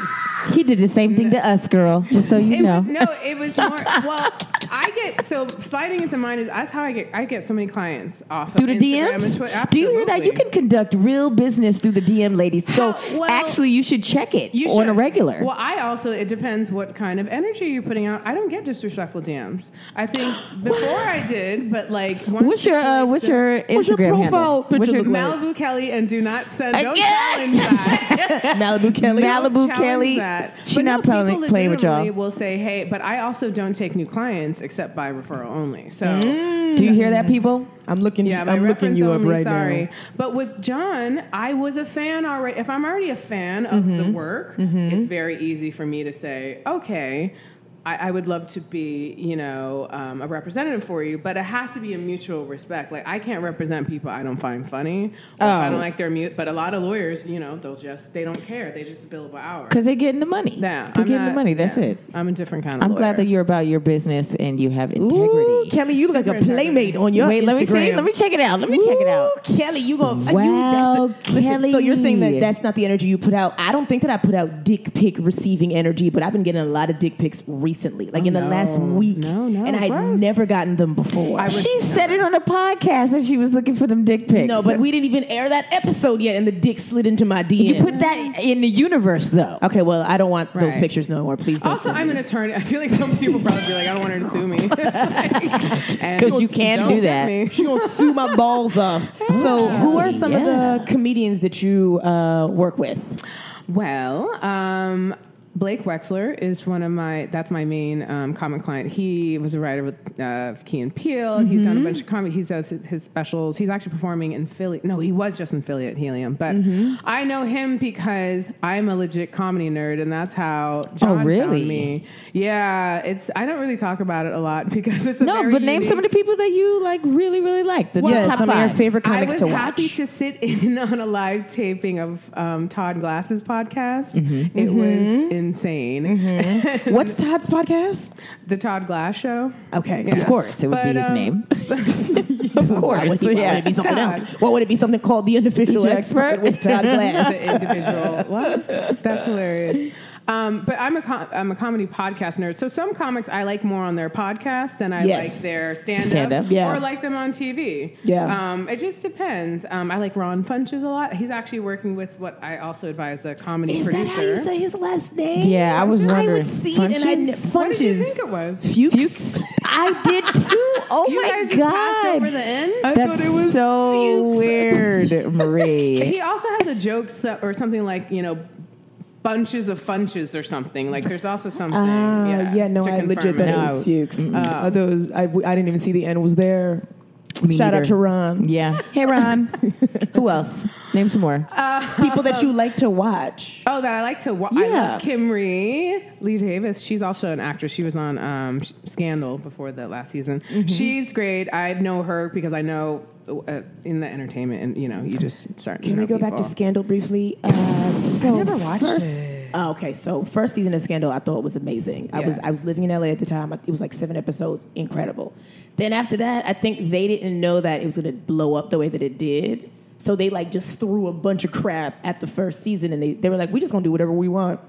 S1: he did the same thing to us, girl. Just so you
S4: It
S1: know.
S4: was, no, it was more. Well, I get so sliding into mine is that's how I get. I get so many clients off
S1: through
S4: of
S1: the
S4: Instagram and
S1: DMs.
S4: Twitter.
S1: Do you hear that? You can conduct real business through the DM, ladies. So
S4: How- well,
S1: actually, you should check it
S4: You
S1: on a
S4: should.
S1: regular.
S4: Well, I also it depends what kind of energy you're putting out. I don't get disrespectful DMs. I think before I did, but like once
S1: what's your
S4: it's
S1: uh,
S4: like
S1: what's
S4: the-
S1: your Instagram
S2: What's your
S1: handle?
S2: profile picture
S1: What's your
S2: look like?
S4: Malibu Kelly and do not send don't
S1: Again!
S4: challenge that.
S2: Malibu Kelly.
S1: Malibu
S4: Don't challenge
S1: Kelly,
S4: that.
S1: she
S4: But no,
S1: not playing-
S4: people
S1: playing with y'all.
S4: legitimately Will say hey, but I also don't take new clients except by referral only. So.
S1: Do you hear that, people?
S2: I'm looking.
S4: Yeah, my
S2: I'm looking
S4: reference
S2: you up
S4: only,
S2: right
S4: sorry.
S2: now.
S4: But with John, I was a fan already.
S1: Mm-hmm.
S4: If I'm already a fan of the work, it's very easy for me to say, okay, I, I would love to be, you know, um, a representative for you, but it has to be a mutual respect. Like, I can't represent people I don't find funny. Or I
S1: Oh.
S4: don't like their mute, but a lot of lawyers, you know, they'll just, they don't care. They just bill by hour.
S1: Because they're getting the money.
S4: Yeah,
S1: they're
S4: I'm
S1: getting the
S4: not-
S1: money. That's
S4: yeah,
S1: it.
S4: I'm a different kind of
S1: I'm glad that
S4: lawyer.
S1: you're about your business and you have integrity.
S2: Ooh, Kelly, you look like a
S4: Super integrity.
S2: playmate on your
S1: Wait,
S2: Instagram.
S1: let me see. Let me check it out. Let me check it out.
S2: Ooh, Kelly, you gonna
S1: Wow,
S2: you, that's the, Listen, so you're saying
S1: Kelly.
S2: that that's not the energy you put out. I don't think that I put out dick pic receiving energy, but I've been getting a lot of dick pics recently,
S1: Oh,
S2: like in the last week,
S4: No, no,
S2: and I'd
S4: gross.
S2: never gotten them before.
S1: She said it on a podcast that she was looking for them dick pics.
S2: no, but we didn't even air that episode yet, and the dick slid into my DM.
S1: you put that in the universe though.
S2: okay, well, I don't want those
S4: Right.
S2: pictures no more. Please don't.
S4: Also,
S2: send
S4: I'm
S2: me.
S4: an attorney. I feel like some people probably be like, I don't want her to sue me.
S1: Because
S4: Because
S1: you can do that.
S2: She gonna sue my balls off. So, who are some of the comedians that you uh, work with?
S4: Well, um, Blake Wexler is one of my. That's my main um, comic client. He was a writer with uh, Key and Peele. He's
S1: Mm-hmm.
S4: done a bunch of comedy. He does his, his specials. He's actually performing in Philly. No, he was just in Philly at Helium. But
S1: Mm-hmm.
S4: I know him because I'm a legit comedy nerd, and that's how John found
S1: Oh, really?
S4: me. Yeah, it's. I don't really talk about it a lot because it's a
S1: No,
S4: very
S1: but name some of
S4: unique-
S1: the people that you like really, really like. The
S2: Yeah,
S1: top
S2: some
S1: five.
S2: of your favorite comics
S4: I was
S2: to
S4: happy
S2: watch.
S4: to sit in on a live taping of um, Todd Glass's podcast.
S2: Mm-hmm.
S4: It was insane.
S2: What's Todd's podcast?
S4: The Todd Glass Show.
S2: Okay,
S1: Of course, it would
S4: But,
S1: be his
S4: um,
S1: name. of
S2: Why
S1: course,
S2: would, he- why would
S1: yeah.
S2: it be something
S4: Todd.
S2: else? Why would it be something called the unofficial
S1: The
S2: expert
S1: expert.
S2: with Todd Glass?
S4: the individual. What? That's hilarious. Um, but I'm a com- I'm a comedy podcast nerd. So some comics I like more on their podcast than I
S2: Yes.
S4: like their stand up,
S1: Stand-up,
S2: yeah.
S4: or like them on TV.
S2: Yeah.
S4: Um, it just depends. Um, I like Ron Funches a lot. He's actually working with what I also advise a comedy
S2: Is
S4: producer.
S2: that how you say his last name?
S1: Yeah, I was
S2: I
S1: wondering.
S2: would see it and I ne-
S1: Funches?
S4: what did you
S2: Funches.
S4: think it was?
S2: Fuchs.
S1: I did too. Oh
S4: you
S1: my
S4: guys just passed over
S1: god,
S4: the end.
S2: I
S1: that's
S2: thought it was
S1: so
S2: Fuchs.
S1: weird, Marie.
S4: He also has a joke so- or something like you know, bunches of funches or something. Like there's also something.
S3: Ah,
S2: Oh,
S3: yeah,
S4: yeah,
S3: no,
S4: to
S3: I legit
S4: confirm
S3: thought
S4: it.
S3: it was Fuchs. Uh, those, I, w- I didn't even see the end was there.
S1: Me
S3: Shout
S1: neither.
S3: out to Ron.
S1: Yeah. Hey, Ron. Uh, Who else? Name some more.
S3: People that you like to watch.
S4: Oh, that I like to watch. I
S1: Yeah.
S4: love Kimry Lee Davis. She's also an actress. She was on um, Sh- Scandal before the last season. She's great. I know her because I know uh, in the entertainment, and you know, you just start.
S2: Can we go back to Scandal briefly? Uh, so
S1: never watched
S2: first, Oh, okay, so first season of Scandal, I thought was amazing. I
S4: Yeah.
S2: was I was living in LA at the time. It was like seven episodes, incredible. Then after that, I think they didn't know that it was going to blow up the way that it did. So they like just threw a bunch of crap at the first season, and they they were like, "We're just going to do whatever we want."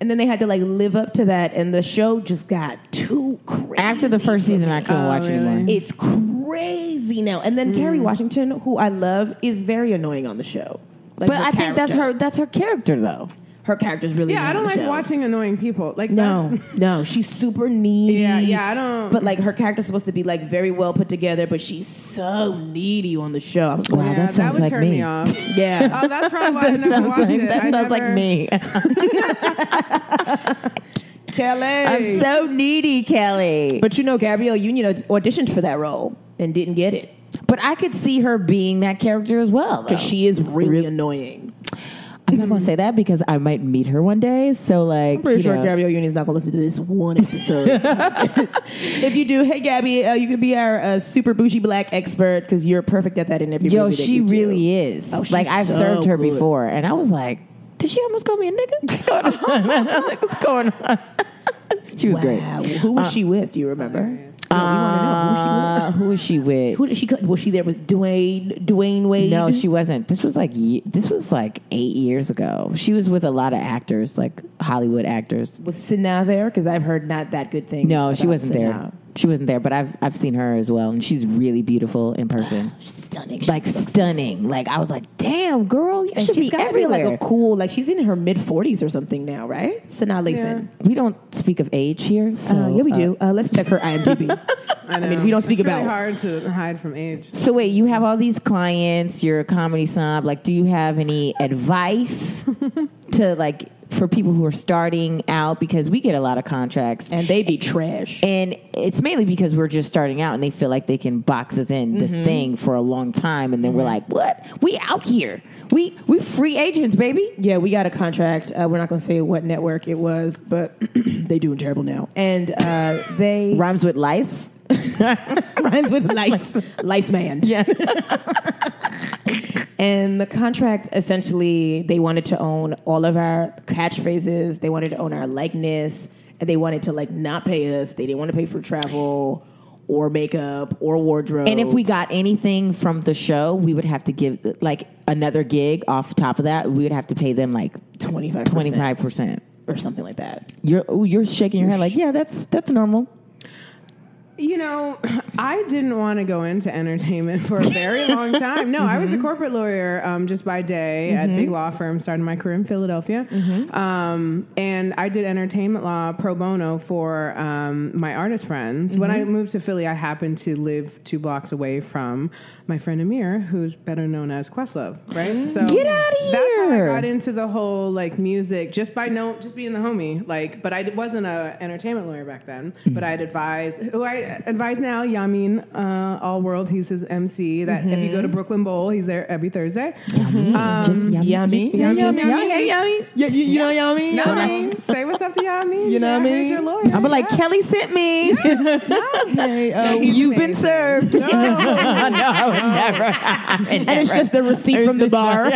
S2: And then they had to like live up to that, and the show just got too crazy.
S1: After the first season, I couldn't
S4: Oh,
S1: watch
S4: really?
S1: anymore.
S2: It's crazy now. And then Carrie
S4: Mm.
S2: Washington, who I love, is very annoying on the show. Like,
S1: but
S2: her
S1: I think that's
S2: character.
S1: her. That's her character, though.
S2: Her character's really
S4: Yeah, I
S2: annoying
S4: don't
S2: on
S4: like
S2: the show.
S4: watching annoying people. Like
S2: No,
S4: that-
S2: no, she's super needy.
S4: Yeah, yeah, I don't-
S2: But like her character's supposed to be like very well put together, but she's so needy on the show. I was like,
S1: Wow,
S4: Yeah,
S1: that
S4: that,
S1: sounds
S4: would
S1: like
S4: turn
S1: me.
S4: me off.
S2: yeah.
S4: Oh, that's probably why I never
S1: sounds
S4: watched
S1: like,
S4: it.
S1: that
S4: I
S1: sounds like
S4: never-
S1: me.
S4: Oh,
S1: I'm so needy, Kelly. But,
S2: but you know, Gabrielle Union auditioned for that role and didn't get it
S1: but I could see her being that character as well. though.
S4: Oh.
S2: because she is really, annoying.
S1: I'm not gonna say that because I might meet her one day. So like,
S2: I'm pretty
S1: you
S2: sure
S1: know.
S2: Gabrielle Union's not going to listen to this one episode. if you do, hey Gabby, uh, you could be our uh, super bougie black expert because you're perfect at that in every
S1: yo,
S2: movie that
S1: she
S2: you do.
S1: really is.
S2: Oh, she's
S1: like I've
S2: so
S1: served her
S2: good.
S1: before, and I was like, did she almost call me a nigga? What's going on? I'm like, what's going on? she was great.
S2: Wow. Who was she with? Do you remember? No, we want to know who she was.
S1: Uh, who was she with?
S2: Who did she? cut- Was she there with Dwayne? Dwayne Wade?
S1: No, she wasn't. This was like ye- this was like eight years ago. She was with a lot of actors, like Hollywood actors.
S2: was Sina there? Because I've heard not that good things.
S1: No, she
S2: about
S1: wasn't there.
S2: Sanaa.
S1: She wasn't there, but I've I've seen her as well, and she's really beautiful in person,
S2: Stunning. She
S1: like stunning. Like I was like, damn girl, you should
S2: she's
S1: be
S2: gotta Be
S1: everywhere.
S2: like a cool, like she's in her mid forties or something now, right? Sanaa Lathan.
S1: we don't speak of age here, so
S2: Uh, yeah, we
S1: uh,
S2: do. Uh, let's check her IMDb. I,
S4: know.
S2: mean, we don't speak
S4: it's
S2: about.
S4: Really hard to hide from age.
S1: so wait, you have all these clients. You're a comedy snob. Like, do you have any advice to like for people who are starting out because we get a lot of contracts
S2: and they be trash.
S1: and it's mainly because we're just starting out and they feel like they can box us in this
S2: Mm-hmm.
S1: thing for a long time and then we're like what we out here we we free agents baby
S2: Yeah, we got a contract. Uh, we're not going to say what network it was, but they doing terrible now. And uh, they
S1: rhymes with lice
S2: rhymes with lice, lice man. Yeah. and the contract essentially, they wanted to own all of our catchphrases. They wanted to own our likeness, and they wanted to like not pay us. They didn't want to pay for travel or makeup or wardrobe.
S1: and if we got anything from the show we would have to give like another gig off top of that we would have to pay them like
S2: 25
S1: 25%
S2: or something like that,
S1: you're ooh, you're shaking your head like yeah that's that's normal
S4: You know, I didn't want to go into entertainment for a very long time. No, I
S1: Mm-hmm.
S4: was a corporate lawyer um, just by day at big law firm. Started my career in Philadelphia,
S1: Mm-hmm.
S4: um, and I did entertainment law pro bono for um, my artist friends. When
S1: Mm-hmm.
S4: I moved to Philly, I happened to live two blocks away from my friend Amir, who's better known as Questlove. Right? So
S1: Mm-hmm. Get outta
S4: That's how I
S1: here.
S4: got into the whole like music just by no, just being the homie. Like, but I d- wasn't a entertainment lawyer back then.
S2: Mm-hmm.
S4: But I'd advise who I advise now, Yamin uh, All World. He's his MC. That if you go to
S2: Mm-hmm.
S4: Brooklyn Bowl, he's there every Thursday.
S1: Mm. just yummy.
S2: Mm. Um, yummy, yummy,
S1: Yummy, yummy,
S2: Yeah, you, you know yummy, yummy.
S4: Say what's up to Yamin.
S2: You know what I
S4: Yeah, he's
S2: mean?
S4: Your lawyer.
S1: i'm like kelly sent me
S2: Hey, uh,
S4: He's
S1: You've been served.
S4: amazing.
S1: No, I would never. I would
S2: and it's
S1: never.
S2: just the receipt from the bar.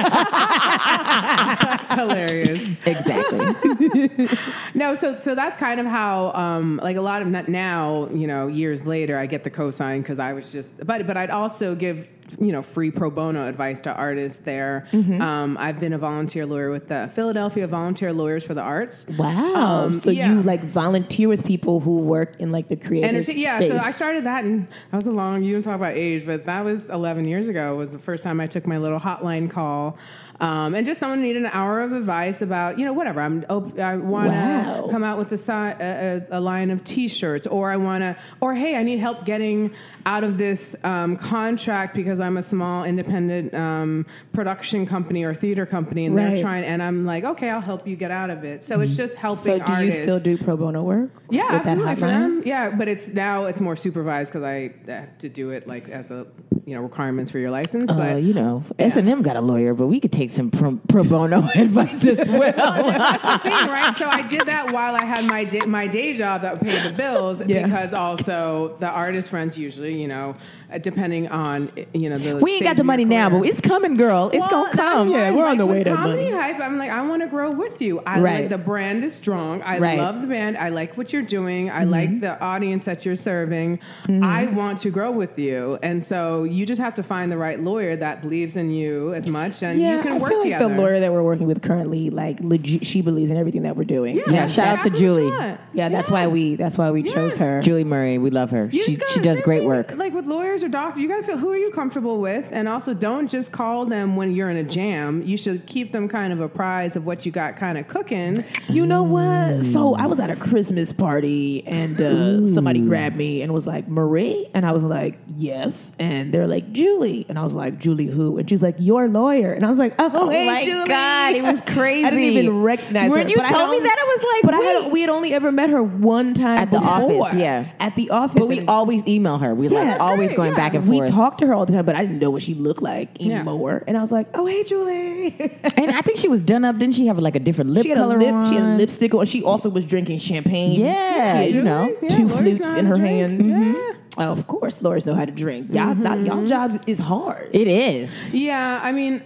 S4: That's hilarious.
S1: exactly.
S4: No, so so that's kind of how um, like a lot of n- now you know years later I get the cosign because I was just but but I'd also give you know free pro bono advice to artists there. Um, I've been a volunteer lawyer with the Philadelphia Volunteer Lawyers for the Arts.
S1: Wow.
S4: Um,
S2: so
S4: yeah.
S2: you like volunteer with people who work in like the creative
S4: And
S2: space.
S4: yeah, so I started that, and that was a long. You didn't talk about age, but that was 11 years ago. Was the first time I took my little hotline call, um, and just someone needed an hour of advice about you know whatever. I'm op- I want to
S2: Wow.
S4: come out with a, si- a, a, a line of T-shirts, or I want to, or hey, I need help getting out of this um, contract because I'm a small independent um, production company or theater company, and
S2: Right. Mm-hmm.
S4: they're trying. And I'm like, okay, I'll help you get out of it. So it's just helping.
S2: So do
S4: artists.
S2: you still do pro bono work?
S4: Yeah,
S2: with that
S4: absolutely for
S2: hotline?
S4: them. Yeah, but it's now it's more supervised because I have to do it like as a you know requirements for your license.
S1: Uh,
S4: but
S1: you know, S and M got a lawyer, but we could take some pro, pro bono advice as well.
S4: thing, right? So I did that while I had my day, my day job that paid the bills
S2: Yeah.
S4: because also the artist friends usually you know uh, depending on you know the
S1: we ain't
S4: stage
S1: got the
S4: of
S1: money
S4: your
S1: now,
S4: career.
S1: but it's coming, girl. It's
S4: Well,
S1: gonna come.
S4: that's
S2: yeah,
S4: fine.
S2: we're on the
S4: Like,
S2: way
S4: with
S2: to
S4: comedy
S2: money.
S4: hype. I'm like, I want to grow with you. I
S2: Right.
S4: like the brand is strong. I
S2: Right. Mm-hmm.
S4: love the band. I like what you're doing. I like the audience that you're serving. I want to grow with you, and so you just have to find the right lawyer that believes in you as much, and
S2: Yeah,
S4: you can
S2: I
S4: work
S2: feel like
S4: together.
S2: the lawyer that we're working with currently, like legit, she believes in everything that we're doing.
S1: Yeah, shout out to
S4: that's
S1: Julie.
S4: what you want.
S2: yeah, that's why we that's why we chose her.
S1: Julie Murray, we love her.
S4: You
S1: she
S4: just
S1: she
S4: gotta
S1: does great
S4: feel
S1: work.
S4: Like, like with lawyers or doctors, you got to feel who are you comfortable with, and also don't just call them when you're in a jam. You should keep them kind of apprised of what you got kind of cooking.
S2: You know what? So I was at
S1: Mm.
S2: a Christmas party and uh, somebody grabbed me and was like, Marie? And I was like, yes. And they're like, Julie. And I was like, Julie who? And she's like, your lawyer. And I was like, oh, hey,
S1: my
S2: Julie.
S1: God, it was
S2: I didn't
S1: crazy.
S2: even recognize
S1: When
S2: her.
S1: you
S2: But I
S1: told
S2: had
S1: me
S2: only-
S1: that, I was like,
S2: but I had,
S1: wait.
S2: we had only ever met her one time
S1: At the
S2: before.
S1: office, yeah.
S2: At the office.
S1: But we
S2: And
S1: always email her. We like
S2: that's
S1: always
S4: right,
S1: going
S4: yeah.
S1: back and
S2: we
S1: forth.
S2: talked to her all the time, but I didn't know what she looked like
S4: Yeah.
S2: anymore. And I was like, oh, hey, Julie.
S1: and I think she was done up. Didn't she have like a different lip
S2: she had a
S1: color
S2: lip.
S1: on?
S2: She had a lipstick on. She also was drinking champagne.
S1: Yeah, you
S4: Julie,
S1: know.
S4: yeah,
S2: two
S4: lawyers
S2: flutes
S4: know how
S2: in
S4: to
S2: her
S4: drink.
S2: hand.
S4: Yeah.
S2: Oh, of course, lawyers know how to drink. Y'all, that- y'all job is hard.
S1: It is.
S4: Yeah, I mean,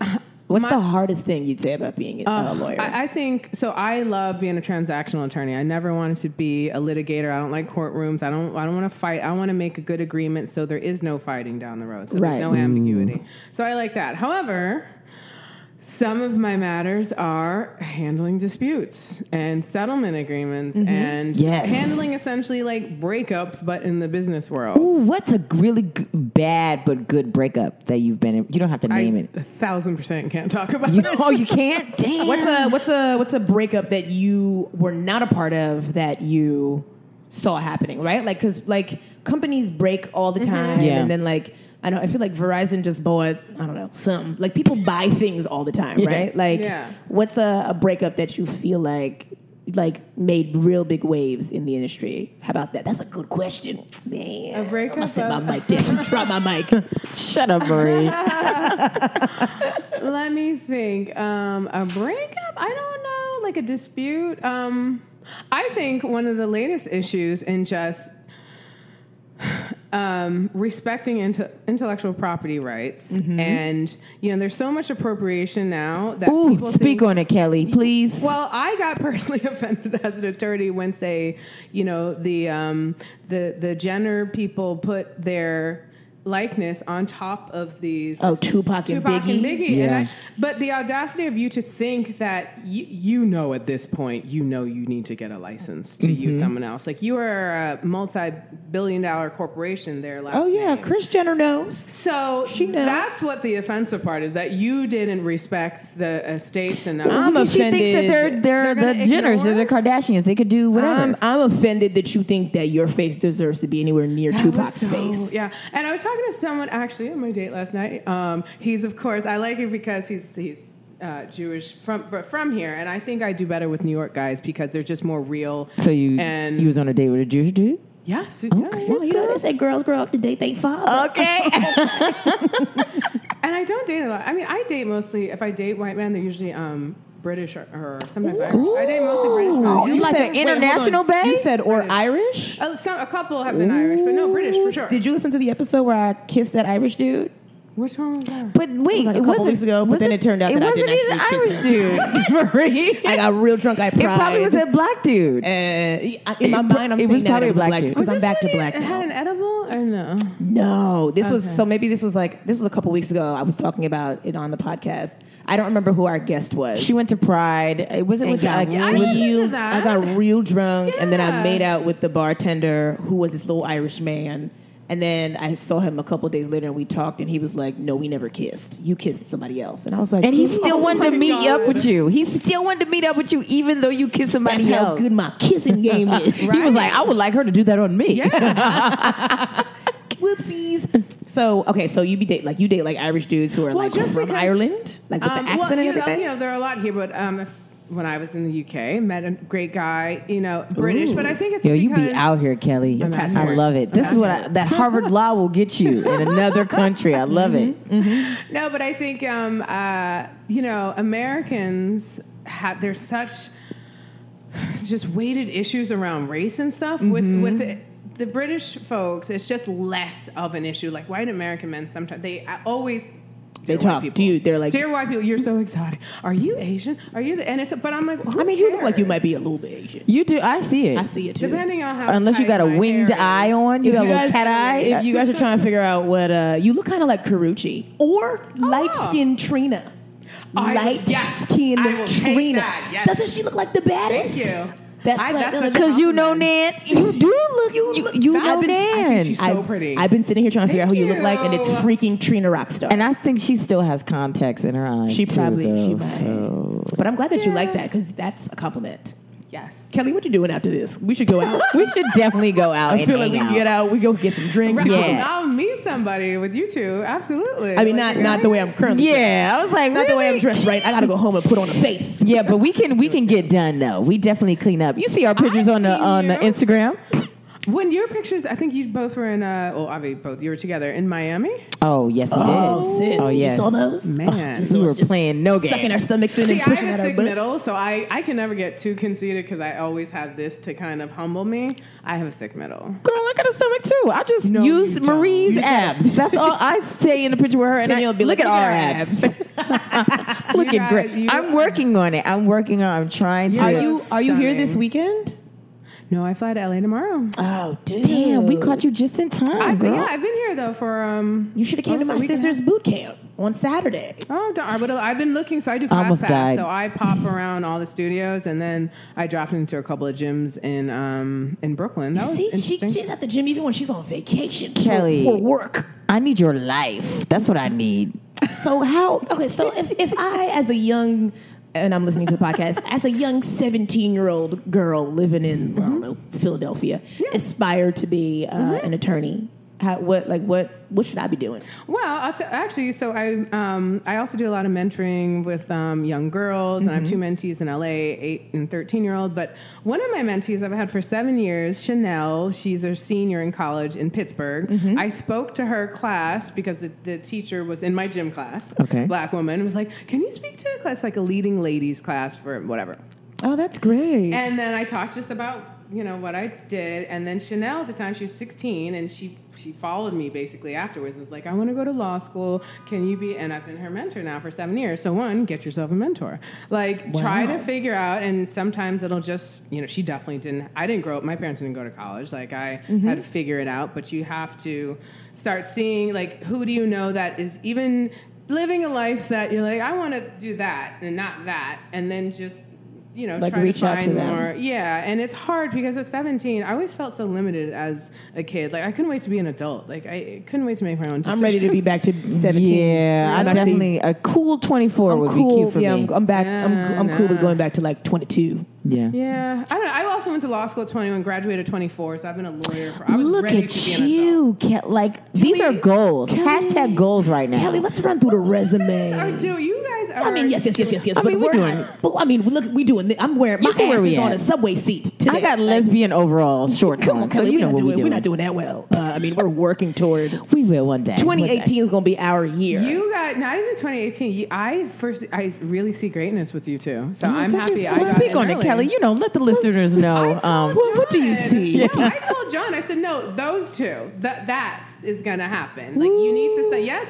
S2: What's
S4: my- Uh,
S2: the hardest thing you'd say about being a a lawyer?
S4: I, I think so. I love being a transactional attorney. I never wanted to be a litigator. I don't like courtrooms. I don't. I don't want to fight. I want to make a good agreement so there is no fighting down the road. So
S1: Right. Mm.
S4: there's no ambiguity. So I like that. However. Some of my matters are handling disputes and settlement agreements and
S1: Mm-hmm. Yes.
S4: handling essentially like breakups, but in the business world.
S1: Ooh, what's a really g- bad but good breakup that you've been in? You don't have to
S4: I
S1: name it.
S4: a thousand percent can't talk about
S1: You,
S4: it.
S1: oh, you can't? Damn.
S2: what's a what's a what's a breakup that you were not a part of that
S4: Mm-hmm.
S2: you saw happening? Right, like because like companies break all the time,
S1: Yeah.
S2: and then like I know. I feel like Verizon just bought. I don't know some like people buy things all the time, right? Like,
S4: Yeah.
S2: what's a, a breakup that you feel like like made real big waves in the industry? How about that? That's a good question. Man,
S4: A breakup
S2: I'm gonna set
S4: of-
S2: my mic down. Drop my mic.
S1: Shut up, Marie.
S4: Let me think. Um, a breakup? I don't know. Like a dispute? Um, I think one of the latest issues in just um, respecting inte- intellectual property rights,
S1: Mm-hmm.
S4: and you know, there's so much appropriation now that
S1: Ooh,
S4: people
S1: speak
S4: think,
S1: on it, Kelly, please.
S4: well, I got personally offended as an attorney when, say, you know, the um, the the Jenner people put their likeness on top of these
S2: Oh, Tupac,
S4: Tupac and Biggie.
S1: Yeah.
S4: And I, but the audacity of you to think that you, you know at this point, you know you need to get a license to use
S2: Mm-hmm.
S4: someone else. Like you are a multi-billion-dollar corporation. There, last
S2: Oh yeah,
S4: name.
S2: Chris Jenner knows.
S4: So
S2: She knows.
S4: that's what the offensive part is that you didn't respect the estates and
S2: I'm
S1: Because she thinks that they're
S2: offended.
S1: they're,
S4: They're
S1: the
S4: gonna
S1: Jenners,
S4: ignore?
S1: they're the Kardashians. They could do whatever.
S2: I'm, I'm offended that you think that your face deserves to be anywhere near
S4: That was
S2: Tupac's
S4: so-
S2: face.
S4: Yeah, and I was talking to someone actually on my date last night. Um, he's of course I like him because he's he's uh, Jewish from but from here, and I think I do better with New York guys because they're just more real.
S1: so you
S4: and
S1: you was on a date with a Jewish dude?
S4: yeah, so,
S1: Okay.
S4: yeah,
S2: Well, you know they say girls grow up to date they father.
S1: Okay.
S4: and I don't date a lot. I mean, I date mostly if I date white men, they're usually um, British or, or sometimes Irish. I date mostly British. men.
S1: you like
S2: said-
S1: an
S2: wait, hold on.
S1: international babe?
S3: You said or Irish?
S4: Uh, some, a couple have been Irish, but no British for sure.
S2: Did you listen to the episode where I kissed that Irish dude?
S4: Which one was that?
S1: But wait,
S2: was like a couple weeks ago, but
S1: was
S2: then it turned out
S1: it
S2: that I
S1: wasn't
S2: didn't
S1: even
S2: actually kiss
S1: Irish dude, Marie.
S2: I got real drunk. I
S1: it
S2: cried.
S1: probably was that black dude.
S2: Uh, in my
S1: It-
S2: mind, I'm
S1: it
S2: saying
S1: was
S2: that
S1: probably
S2: it was
S1: black
S2: black
S1: dude.
S2: because
S1: Was
S2: I'm back to black
S4: It had
S2: now.
S4: an edible or no? Um,
S2: No, this was so maybe this was like this was a couple weeks ago. I was talking about it on the podcast. I don't remember who our guest was.
S1: she went to Pride. It wasn't
S2: and
S1: with
S2: got
S1: uh,
S4: I
S1: with-
S4: listened to
S2: real,
S4: that.
S2: I got real drunk, and then I
S4: Yeah.
S2: made out with the bartender who was this little Irish man. And then I saw him a couple days later, and we talked, and he was like, "No, we never kissed. You kissed somebody else." And I was like,
S1: and he
S2: "Ooh,
S1: still
S2: oh
S1: wanted
S2: my
S1: to meet
S2: God.
S1: up with you. He still wanted to meet up with you, even though you kissed
S2: That's
S1: somebody
S2: how
S1: else.
S2: good my kissing game is.
S1: He was like, I would like her to do that on me.
S2: Whoopsies. So okay, so you be date like you date like Irish dudes who are like
S4: just
S2: from
S4: because-
S2: Ireland, like with
S4: Um,
S2: the accent
S4: well,
S2: and
S4: you know,
S2: everything.
S4: you know, there are a lot here, but um, if, when I was in the UK, met a great guy, you know, British. But I think it's
S1: Yo, you be
S4: because-
S1: out here, Kelly. I
S2: passport.
S1: love it. This is what I, that Harvard law will get you in another country. I love it.
S4: No, but I think um, uh, you know Americans have there's such just weighted issues around race and stuff
S2: Mm-hmm.
S4: with with. The, the British folks, it's just less of an issue. Like white American men, sometimes they uh, always
S2: They
S4: Dear white
S2: talk,
S4: people.
S2: dude. They're like,
S4: dear white people. You're so exotic. Are you Asian? Are you? The, and it's but I'm like, who
S2: I mean, you look
S4: cares?
S2: like you might be a little bit Asian.
S1: You do. I see it.
S2: I see it too.
S4: Depending on how
S1: Unless you
S4: tight
S1: got a
S4: my
S1: winged
S4: hair is.
S1: eye on, you
S2: If
S1: got a
S2: you
S1: little
S2: guys-
S1: cat
S2: If
S1: eye.
S2: you guys are trying to figure out what uh, you look kind of like Karuchi Ah. or light skinned Trina.
S4: I-
S2: Light
S4: yes,
S2: skinned
S4: I will take
S2: Trina.
S4: that, yes.
S2: Doesn't she look like the baddest?
S4: Thank you.
S2: That's uh,
S4: I-
S2: right.
S4: that's a
S1: Because you know Nan. You do look. You, you, know
S2: I've been- I
S1: Nan.
S4: think she's so pretty.
S2: I've been sitting here trying to figure out who you look like, and it's
S4: you.
S2: freaking Trina Rockstar.
S1: and I think she still has contacts in her eyes.
S2: she
S1: too,
S2: probably, she
S1: though,
S2: might.
S1: so.
S2: But I'm glad that you like that because that's a compliment.
S4: Yes.
S2: Kelly, what you doing after this? We should go out.
S1: We should definitely go out.
S2: I feel like we
S1: can
S2: can get out. We go get some drinks.
S4: Right.
S1: Yeah.
S4: I'll, I'll meet somebody with you two. Absolutely.
S2: I mean,
S4: Like,
S2: not not the way I'm currently.
S1: Yeah, I was like,
S2: Not the way I'm
S1: really?
S2: dressed, right? I gotta go home and put on a face.
S1: Yeah, but we can we can get done though. We definitely clean up. You see our pictures on the
S4: seen
S1: on the
S4: you.
S1: Instagram.
S4: When your pictures, I think you both were in. Uh, well, obviously both you were together in Miami.
S1: Oh yes, we
S2: Oh,
S1: did.
S2: sis.
S1: oh
S2: You
S1: yes.
S2: saw those? Oh,
S4: Man.
S1: We
S2: So
S1: were
S2: it's just
S1: playing no game.
S2: Sucking our stomachs in
S4: See,
S2: and
S4: I
S2: pushing
S4: have
S2: out our
S4: thick
S2: butts.
S4: middle, so I, I can never get too conceited because I always have this to kind of humble me. I have a thick middle.
S1: Girl, I got a stomach too. I just
S4: No,
S1: use
S4: you don't.
S1: Marie's
S4: You
S1: abs. That's all I say in the picture with her. And I,
S2: Danielle
S1: look,
S2: be like,
S1: at
S2: "Look at
S1: our
S2: our
S1: abs. look
S4: You
S1: at
S4: guys,
S1: great.
S4: you-
S1: I'm working on it. I'm working on. I'm trying to.
S4: Are
S3: Are you are you here this weekend?
S4: No, I fly to LA tomorrow.
S2: Oh, dude.
S1: Damn, we caught you just in time,
S4: I've been,
S1: girl.
S4: yeah, I've been here though for um.
S2: You should have came to
S4: Oh, so
S2: my
S4: we can
S2: sister's boot camp on Saturday.
S4: Oh darn! But I've been looking, so I do
S1: I
S4: class
S1: almost died.
S4: pass. So I pop around all the studios, and then I dropped into a couple of gyms in um in Brooklyn. That was
S2: See, she,
S4: interesting.
S2: she's at the gym even when she's on vacation. for-
S1: Kelly.
S2: For, work.
S1: I need your life. That's what I need.
S2: So how okay, so if, if I as a young and I'm listening to the podcast, as a young seventeen year old girl living in I don't know, Philadelphia, aspire to be uh, an attorney,
S5: How, what like what what should I be doing?
S4: Well, I'll t- actually, so I um, I also do a lot of mentoring with um, young girls, and I have two mentees in LA, eight and thirteen year old. But one of my mentees I've had for seven years, Chanel. She's a senior in college in Pittsburgh. I spoke to her class because the, the teacher was in my gym class.
S1: Okay.
S4: black woman was like, "Can you speak to a class like a leading ladies class for whatever?"
S2: Oh, that's great.
S4: And then I talked just about you know what I did, and then Chanel at the time she was 16, and she she followed me basically afterwards. Was like, I want to go to law school. Can you be? And I've been her mentor now for seven years. So one, get yourself a mentor. Like try to figure out, and sometimes it'll just you know she definitely didn't. I didn't grow up. My parents didn't go to college. Like I had to figure it out. But you have to start seeing like who do you know that is even living a life that you're like I want to do that and not that, and then just you know
S5: Like,
S4: try
S5: reach
S4: to
S5: out
S4: find
S5: to them.
S4: more yeah, and it's hard because at 17, I always felt so limited as a kid. Like I couldn't wait to be an adult. Like I couldn't wait to make my own.
S2: I'm ready to be back to 17.
S1: Yeah, I
S2: I'm actually-
S1: definitely a cool 24
S2: I'm
S1: would
S2: cool.
S1: be cute for
S2: yeah,
S1: me.
S2: I'm, I'm back. I'm,
S4: Nah,
S2: I'm cool with
S4: nah.
S2: going back to like 22.
S1: yeah.
S4: Yeah, I don't know. I also went to law school at 21, graduated at 24, so I've been a lawyer for. I was
S1: Look
S4: ready
S1: at
S4: to be an adult.
S1: you, Ke- like these are goals.
S2: Kelly-
S1: Hashtag goals right now.
S2: Kelly, let's run through the resume.
S4: Or do you guys? Are,
S2: I mean, yes, yes, yes, yes, yes.
S1: I
S2: but
S1: mean, we're
S2: we're
S1: doing-
S2: not- But I mean, look, we doing. thi- I'm wearing my
S1: You see where
S2: ass
S1: we
S2: is on
S1: at.
S2: a subway seat today.
S1: I got
S2: Like,
S1: lesbian overall shorts
S2: Come
S1: on,
S2: on,
S1: so
S2: Kelly,
S1: you
S2: we're
S1: know
S2: not
S1: what we
S2: doing.
S1: do.
S2: We're not doing that well. Uh, I mean, we're working toward.
S1: We will one day.
S2: 2018 is going to be our year.
S4: You got not even 2018. You, I first, I really see greatness with you two. So I'm happy. I
S1: Well,
S4: got
S1: speak
S4: in
S1: on it,
S4: early.
S1: Kelly. You know, let the listeners
S4: I
S1: know.
S4: told
S1: Um,
S4: John.
S2: what do you see?
S4: No, I told John. I said, no, those two. That that is gonna happen. Like you need to say yes.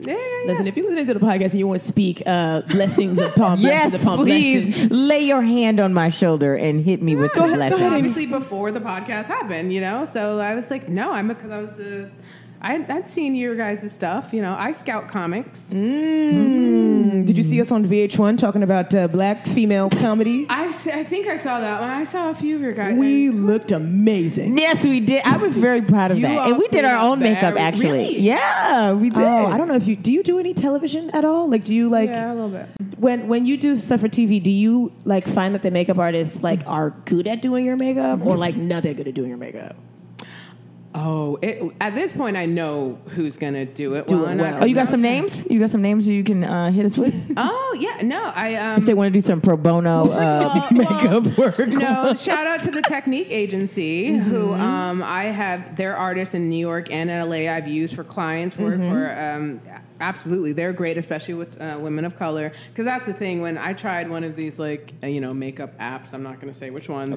S4: Yeah, yeah, yeah.
S2: Listen, if you're listening to the podcast and you want to speak uh, blessings upon blessings
S1: yes,
S2: upon blessings,
S1: please lay your hand on my shoulder and hit me with
S4: No,
S1: some
S4: that's
S1: blessings.
S4: Obviously, before the podcast happened, you know. So I was like, no, I'm because I was a. I, I'd seen your guys' stuff, you know. I scout comics.
S2: Hmm. Did you see us on VH1 talking about uh, black female comedy?
S4: I've se- I think I saw that one. I saw a few of your guys.
S2: we looked amazing.
S1: Yes, we did. I was very proud of
S4: You
S1: that,
S4: all
S1: and we did our
S4: cleaned up
S1: own makeup
S4: very-
S1: actually.
S4: Really?
S1: Yeah, we did.
S2: Oh, I don't know if you do you do any television at all? Like, do you like
S4: yeah, a little bit.
S2: when when you do stuff for TV? Do you like find that the makeup artists like are good at doing your makeup or like not that good at doing your makeup?
S4: Oh, it, at this point, I know who's gonna do it.
S2: Do
S4: well
S2: it
S4: enough.
S2: well.
S1: Oh, you got some names? You got some names you can uh, hit us with
S4: Oh yeah, no, I um.
S1: if they want to do some pro bono uh, makeup work.
S4: No, shout out to the Technique Agency,
S2: Mm-hmm.
S4: who um, I have their artists in New York and in LA. I've used for clients work
S2: Mm-hmm.
S4: for. Um, absolutely, they're great, especially with uh, women of color. Because that's the thing. When I tried one of these, like uh, you know, makeup apps, I'm not going to say which ones,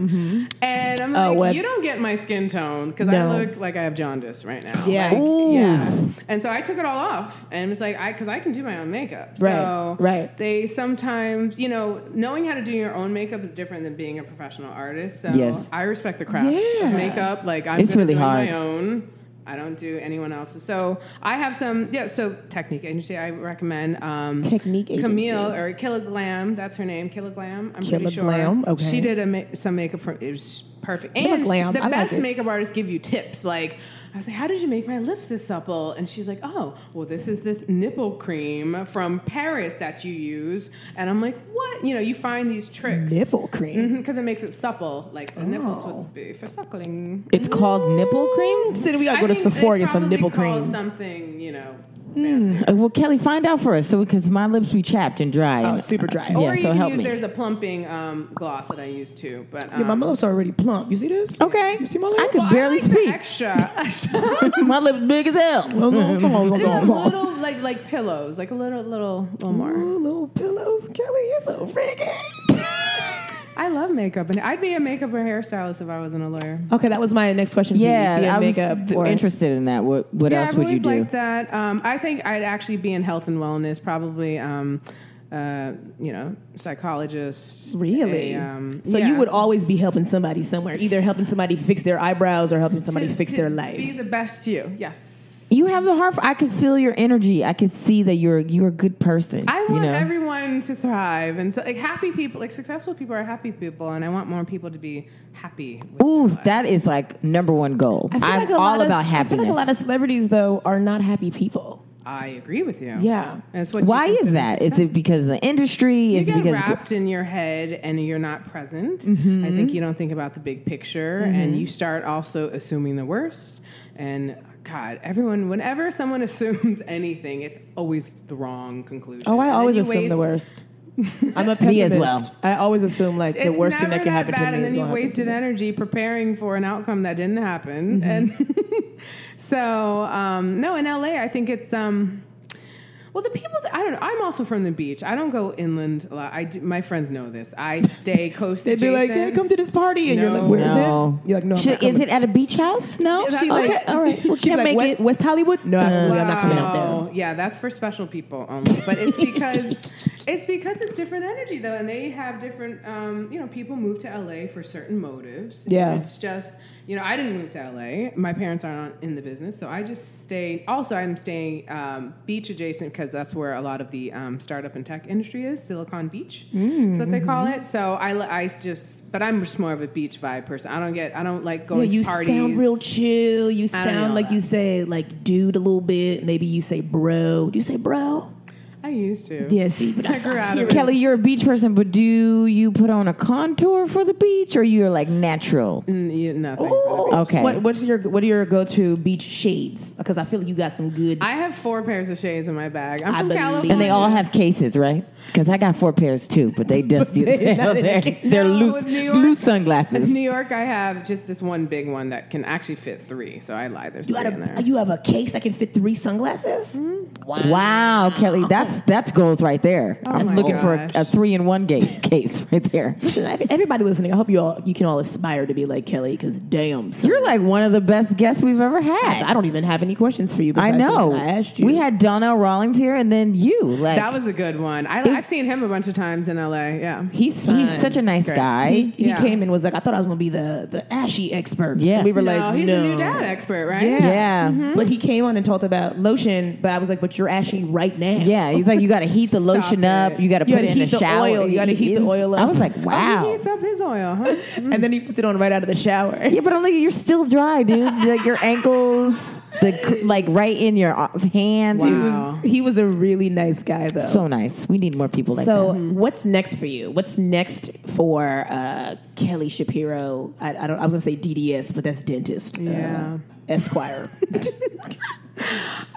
S4: and I'm
S2: Oh,
S4: like,
S2: what-
S4: you don't get my skin tone because
S2: No.
S4: I look like I have jaundice right now.
S2: Yeah.
S4: Like,
S1: Ooh.
S4: yeah. And so I took it all off, and it's like I because I can do my own makeup.
S2: Right,
S4: So
S2: right.
S4: they sometimes, you know, knowing how to do your own makeup is different than being a professional artist. So
S1: Yes.
S4: I respect the craft
S2: Yeah.
S4: of makeup. Like I'm
S1: It's
S4: gonna
S1: really
S4: do
S1: hard.
S4: my own. I don't do anyone else's. So I have some yeah, so technique agency I recommend um
S2: Technique
S4: Camille
S2: Agency.
S4: or Kiloglam, that's her name, Kiloglam. I'm
S2: Killa
S4: pretty sure.
S2: Glam, okay.
S4: She did a ma- some makeup from it was perfect.
S2: Killa
S4: And she-
S2: Glam,
S4: the
S2: I like
S4: best
S2: it.
S4: makeup artists give you tips like I was like, "How did you make my lips this supple?" And she's like, "Oh, well, this is this nipple cream from Paris that you use." And I'm like, "What?" You know, you find these tricks because
S2: Nipple cream.
S4: it makes it supple. Like the nipple's supposed to be for suckling.
S1: It's called nipple cream.
S2: Said we gotta
S4: I
S2: go to
S4: think they
S2: Sephora and get some
S4: probably
S2: nipple
S4: called
S2: cream.
S4: Something, you know. fancy.
S1: Uh, Well, Kelly, find out for us, so because my lips be chapped and dry.
S2: Oh,
S1: and-
S2: super dry.
S1: Yeah,
S4: or you
S1: so
S4: can
S1: help
S4: use,
S1: me.
S4: There's a plumping um, gloss that I use too, but um,
S2: Yeah, my lips are already plump. You see this?
S1: Okay.
S2: You see my
S1: I
S2: lips?
S1: could
S4: I
S1: barely
S4: like the
S1: speak.
S4: extra.
S1: my lips big as hell.
S2: Oh, no, come on,
S4: There's
S2: come
S4: a
S2: on.
S4: little like like pillows, like a little little little more.
S2: Ooh, little pillows, Kelly. You're so freaking.
S4: I love makeup, and I'd be a makeup or hairstylist if I wasn't a lawyer.
S2: Okay, that was my next question. for you.
S1: Yeah,
S2: Be a
S1: I was
S2: makeup
S1: th-
S2: or-
S1: interested in that. What What
S4: yeah,
S1: else
S4: I've
S1: would you
S4: always
S1: do?
S4: liked that. Um, I think I'd actually be in health and wellness, probably. Um, uh, you know, psychologist.
S2: Really?
S4: a, um,
S2: so
S4: yeah.
S2: you would always be helping somebody somewhere, either helping somebody fix their eyebrows or helping somebody
S4: To-
S2: fix
S4: to
S2: their
S4: Be
S2: life.
S4: the best you. Yes.
S1: You have the heart. For, I can feel your energy. I can see that you're you're a good person.
S4: I want
S1: you know?
S4: everyone to thrive, and so like happy people, like successful people are happy people, and I want more people to be happy. With
S1: Ooh, that is like number one goal. I'm all about happiness.
S2: I feel like a lot of celebrities though are not happy people.
S4: I agree with you.
S2: Yeah.
S4: And it's what you
S1: Why is
S4: consider
S1: that? Is it because of the industry?
S4: You
S1: Is it
S4: get
S1: because
S4: wrapped in your head and you're not present. I
S2: Mm-hmm.
S4: think you don't think about the big picture and you start also assuming the worst and God, everyone, whenever someone assumes anything, it's always the wrong conclusion.
S2: Oh, I
S4: And then
S2: always
S4: you
S2: assume the
S4: waste-
S2: worst. I'm a pessimist.
S1: Me as well.
S2: I always assume like the
S4: it's
S2: worst thing
S4: never
S2: that could happen
S4: bad,
S2: to me Mm-hmm.
S4: and
S2: is
S4: then you
S2: going to happen.
S4: wasted energy preparing for an outcome that didn't happen and so um, no in la i think it's um, well the people that, i don't know i'm also from the beach i don't go inland a lot I do, my friends know this i stay coast
S6: They'd be like,
S4: adjacent.
S6: "Hey, come to this party," and you're
S4: No.
S6: like, "Where is
S1: No.
S6: it?" You're like, "No, I'm
S1: Should-
S6: not
S1: is
S6: coming."
S1: it at a beach house? No.
S6: She
S1: okay.
S6: like-
S1: all right. Well,
S6: She's
S1: can't
S6: like,
S1: make
S6: "What?
S1: it.
S6: West Hollywood? No, absolutely, I'm not coming out there.
S4: Wow. Oh, Yeah, that's for special people only. But it's because it's because it's different energy though, and they have different. Um, you know, people move to LA for certain motives.
S2: Yeah.
S4: it's just you know I didn't move to LA. My parents aren't in the business, so I just stay. Also, I'm staying um, beach adjacent because that's where a lot of the um, startup and tech industry is. Silicon Beach, that's what they call it. So I li- I just but I'm just more of a beach vibe person. I don't get I don't like going
S2: you
S4: to parties.
S2: sound real chill. You
S4: I don't know
S2: sound like you
S4: that.
S2: say like dude a little bit. Maybe you say bro. Do you say bro?
S4: I used to.
S2: Yeah, see, but
S4: I grew out of it.
S1: Kelly, you're a beach person, but do you put on a contour for the beach, or you're like natural?
S4: Mm, yeah, nothing.
S1: Okay.
S2: What, what's your what are your go to beach shades? Because I feel you got some good.
S4: I have four pairs of shades in my bag. I'm
S2: I
S4: from
S2: believe-
S4: California.
S1: And they all have cases, right? Because I got four pairs too, but they dusty as hell. They're, they're
S4: No,
S1: loose,
S4: with New York-
S1: loose
S4: In New
S1: sunglasses.
S4: York, I have just this one big one that can actually fit three. So I lie. There's
S2: you
S4: three
S2: got
S4: in there.
S2: a you have a case that can fit three sunglasses.
S4: Mm-hmm.
S1: Wow, Kelly, that's that's goals right there. I'm
S4: my
S1: looking for a,
S4: gosh.
S1: a three in one ga- case right there.
S2: Listen, ev- everybody listening, I hope you all you can all aspire to be like Kelly. Because damn, son,
S1: You're like one of the best guests we've ever had.
S2: I don't even have any questions for you.
S1: I
S2: besides the ones
S1: know.
S2: I asked you.
S1: We had Donnell Rawlings here, and then you. Like
S4: that was a good one. I, I've seen him a bunch of times in LA. Yeah.
S1: he's he's such a nice guy.
S2: he, he
S4: Yeah.
S2: came and was like, I thought I was gonna be the the ashy expert.
S1: Yeah.
S2: And we were
S4: no,
S2: like,
S4: he's
S2: no.
S4: a new dad Mm-hmm. expert, right?
S2: Yeah.
S1: yeah. Mm-hmm.
S2: But he came on and talked about lotion, but I was like, but you're ashy right now.
S1: Yeah, he's like, you got to heat the lotion up.
S4: Stop it.
S1: You got to
S2: You
S1: put
S2: gotta
S1: it in a
S2: heat the
S1: shower.
S2: oil. You gotta heat the
S1: It was-
S2: oil up. Oh,
S1: I was like,
S4: He
S1: wow.
S4: heats up his oil, huh?
S2: And then he puts it on right out of the shower.
S1: Yeah, but I'm like, you're still dry, dude. like your ankles, the c- like right in your uh, hands. It
S2: He
S1: was
S4: Wow.
S2: was he was a really nice guy though.
S1: so nice. We need more people like
S2: So
S1: that.
S4: Mm-hmm.
S2: what's next for you? What's next for uh, Kelly Shapiro? I, I don't. I was gonna say DDS, but that's dentist. uh,
S4: Yeah.
S2: Esquire.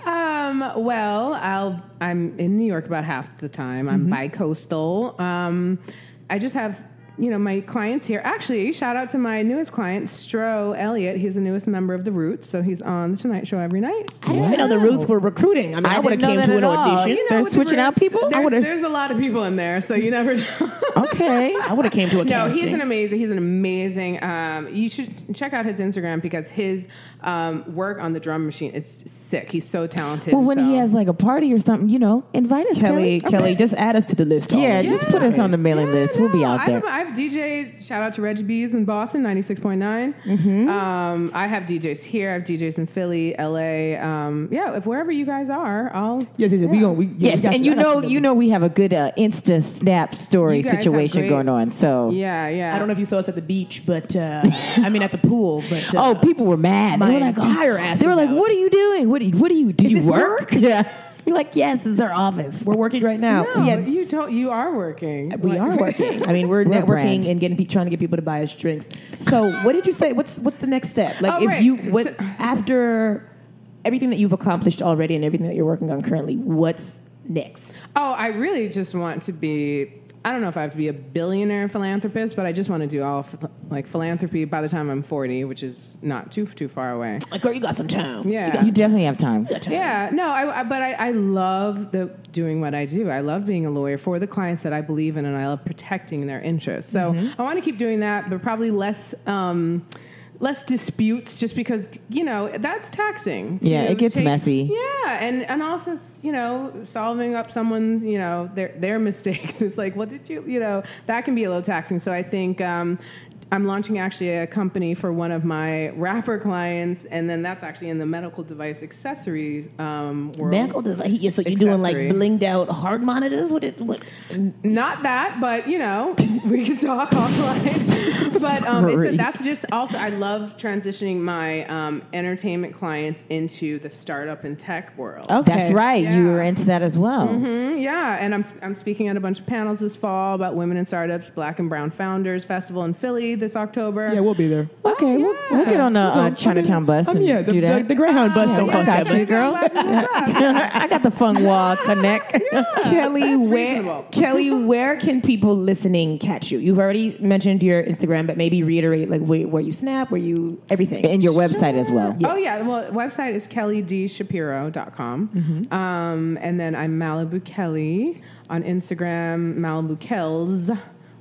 S4: Um, well, I'll I'm in New York about half the time.
S2: Mm-hmm.
S4: I'm bi-coastal. Um, I just have you know my clients here. Actually, shout out to my newest client, Stro Elliott. He's the newest member of the Roots, so he's on the Tonight Show every night.
S2: I didn't even know the Roots were recruiting. I mean, I,
S1: I
S2: would have
S1: didn't know
S2: came
S1: that
S2: to
S1: at
S2: an
S1: all. You
S2: audition.
S1: know- They're
S4: with
S1: switching
S4: the
S1: out
S4: Roots,
S1: people? I
S4: There's,
S1: would've-
S4: there's a lot of people in there, so you never know.
S1: okay.
S2: I would have came to a
S4: No,
S2: casting.
S4: he's an amazing. He's an amazing. Um, you should check out his Instagram because his um, work on the drum machine is sick. He's so talented.
S1: Well, when
S4: so-
S1: he has like a party or something, you know, invite us,
S2: Kelly,
S1: Kelly.
S2: Kelly, just add us to the list.
S1: Yeah,
S2: already.
S1: just put us on the mailing list. We'll be
S4: no,
S1: out there.
S4: I've, I've DJed. Shout out to Reggie B's in Boston, ninety six point nine.
S1: Mm-hmm.
S4: Um, I have DJs here. I have DJs in Philly, LA. Um, yeah, if wherever you guys are, I'll.
S6: Yes, yes, yes, we gonna we, yeah, we
S1: yes,
S6: got
S1: and
S6: you.
S1: you
S6: I got
S1: know, you know, we have a good uh, Insta snap story
S4: You guys have
S1: situation
S4: great-
S1: going on. So,
S4: Yeah, yeah.
S2: I don't know if you saw us at the beach, but uh, I mean at the pool. But uh,
S1: oh, people were mad.
S2: My
S1: They were like,
S2: entire
S1: oh.
S2: ass
S1: They were
S2: is
S1: like,
S2: out.
S1: what are you doing? What do you, what do you do? you
S2: this
S1: work? Yeah. You're like, yes, it's our office.
S2: we're working right now.
S4: No,
S2: yes,
S4: you don't. You are working.
S2: we
S4: Like-
S2: are working. I mean, we're,
S1: We're a brand.
S2: networking and getting pe- trying to get people to buy us drinks. So, what did you say? What's what's the next step? Like,
S4: Oh,
S2: if
S4: right.
S2: you what
S4: So-
S2: after everything that you've accomplished already and everything that you're working on currently, what's next?
S4: Oh, I really just want to be. I don't know if I have to be a billionaire philanthropist, but I just want to do all ph- like philanthropy by the time I'm 40, which is not too too far away.
S2: Like, girl, you got some time.
S4: Yeah.
S1: You definitely have time.
S4: Yeah, no, I, I, but I, I love the doing what I do. I love being a lawyer for the clients that I believe in, and I love protecting their interests. So
S1: Mm-hmm.
S4: I want to keep doing that, but probably less. Um, Less disputes, just because you know that's taxing.
S1: Yeah,
S4: to
S1: it gets messy.
S4: Yeah, and and also you know solving up someone's you know their their mistakes is like, well, did you you know that can be a little taxing. So I think um, I'm launching actually a company for one of my rapper clients, and then that's actually in the medical device accessories um, world.
S2: device. So
S4: you're doing, like, Accessory.
S2: blinged out hard monitors? What? It, what?
S4: Not that, but you know, we can talk offline. but um, it's,
S1: Sorry.
S4: that's just also, I love transitioning my um, entertainment clients into the startup and tech world.
S2: Oh,
S1: That's right. You
S4: Yeah.
S1: were into that as well.
S4: Mhm, yeah, and I'm, I'm speaking at a bunch of panels this fall about women in startups, Black and Brown Founders Festival in Philly. this October.
S7: Yeah, we'll be there.
S1: Okay, we'll, we'll get on a uh, Chinatown bus
S7: Um,
S1: and
S7: yeah, the,
S1: do that.
S7: The, the Greyhound bus don't
S1: I
S7: cost that
S1: got you,
S7: much.
S1: girl. I got the fun wall connect.
S2: Kelly, where
S4: reasonable.
S2: Kelly, where can people listening catch you? You've already mentioned your Instagram, but maybe reiterate like where, where you snap, where you everything.
S1: and your website as well.
S4: Oh yeah, well, website is kellydshapiro.com. Um, and then I'm Malibu Kelly on Instagram, Malibu Kells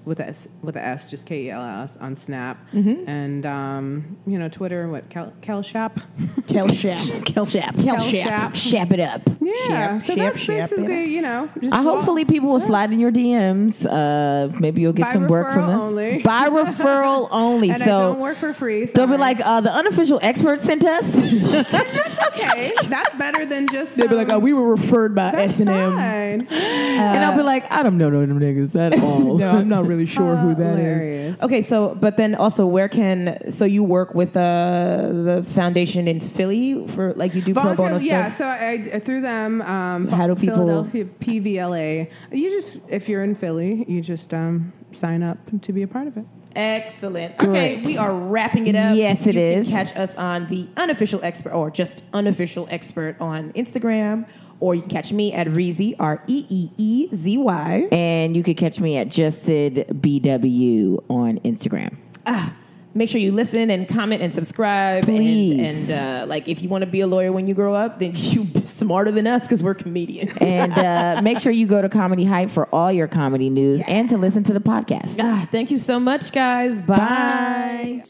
S4: with a S, with a S, just K E L L S on Snap, and um, you know Twitter, what Kel, Kel Shap?
S8: Kel Shap.
S1: Kel Shap.
S8: Kel
S4: Shap.
S1: Shap it up.
S4: Yeah,
S8: Shap,
S4: so
S8: Shap,
S4: that's
S8: Shap,
S4: basically you know. Just
S1: I
S4: follow-
S1: Uh, hopefully people will slide in your DMs. Uh, maybe you'll get
S4: By
S1: some work from
S4: referral
S1: us.
S4: only.
S1: By referral only.
S4: and
S1: so
S4: I don't work for free. So
S1: they'll be like, uh, the unofficial expert sent us.
S4: okay, that's better than just.
S7: They'd be like,
S1: uh,
S7: oh, we were referred by
S4: that's
S7: S and M.
S4: fine.
S1: and I'll be like, I don't know them niggas at all.
S7: No, I'm not really sure who that is.
S4: Hilarious.
S2: Okay, so but then also where can so you work with uh, the foundation in Philly for like you do pro
S4: Volunteer-
S2: bono
S4: yeah,
S2: stuff.
S4: so I, I through them. Um,
S2: How do people-
S4: Philadelphia PVLA. You just if you're in Philly, you just um, sign up to be a part of it.
S2: Excellent.
S1: Great.
S2: Okay, we are wrapping it up.
S1: Yes, it
S2: it is.
S1: is.
S2: Catch us on the unofficial expert or just unofficial expert on Instagram, or you can catch me at Reezy R E E E Z Y.
S1: And you could catch me at Justed BW on Instagram.
S2: Make sure you listen and comment and subscribe.
S1: Please.
S2: and, and uh, like if you want to be a lawyer when you grow up, then you smarter than us because we're comedians.
S1: And uh, make sure you go to Comedy Hype for all your comedy news and to listen to the podcast.
S2: Ah, thank you so much, guys. Bye.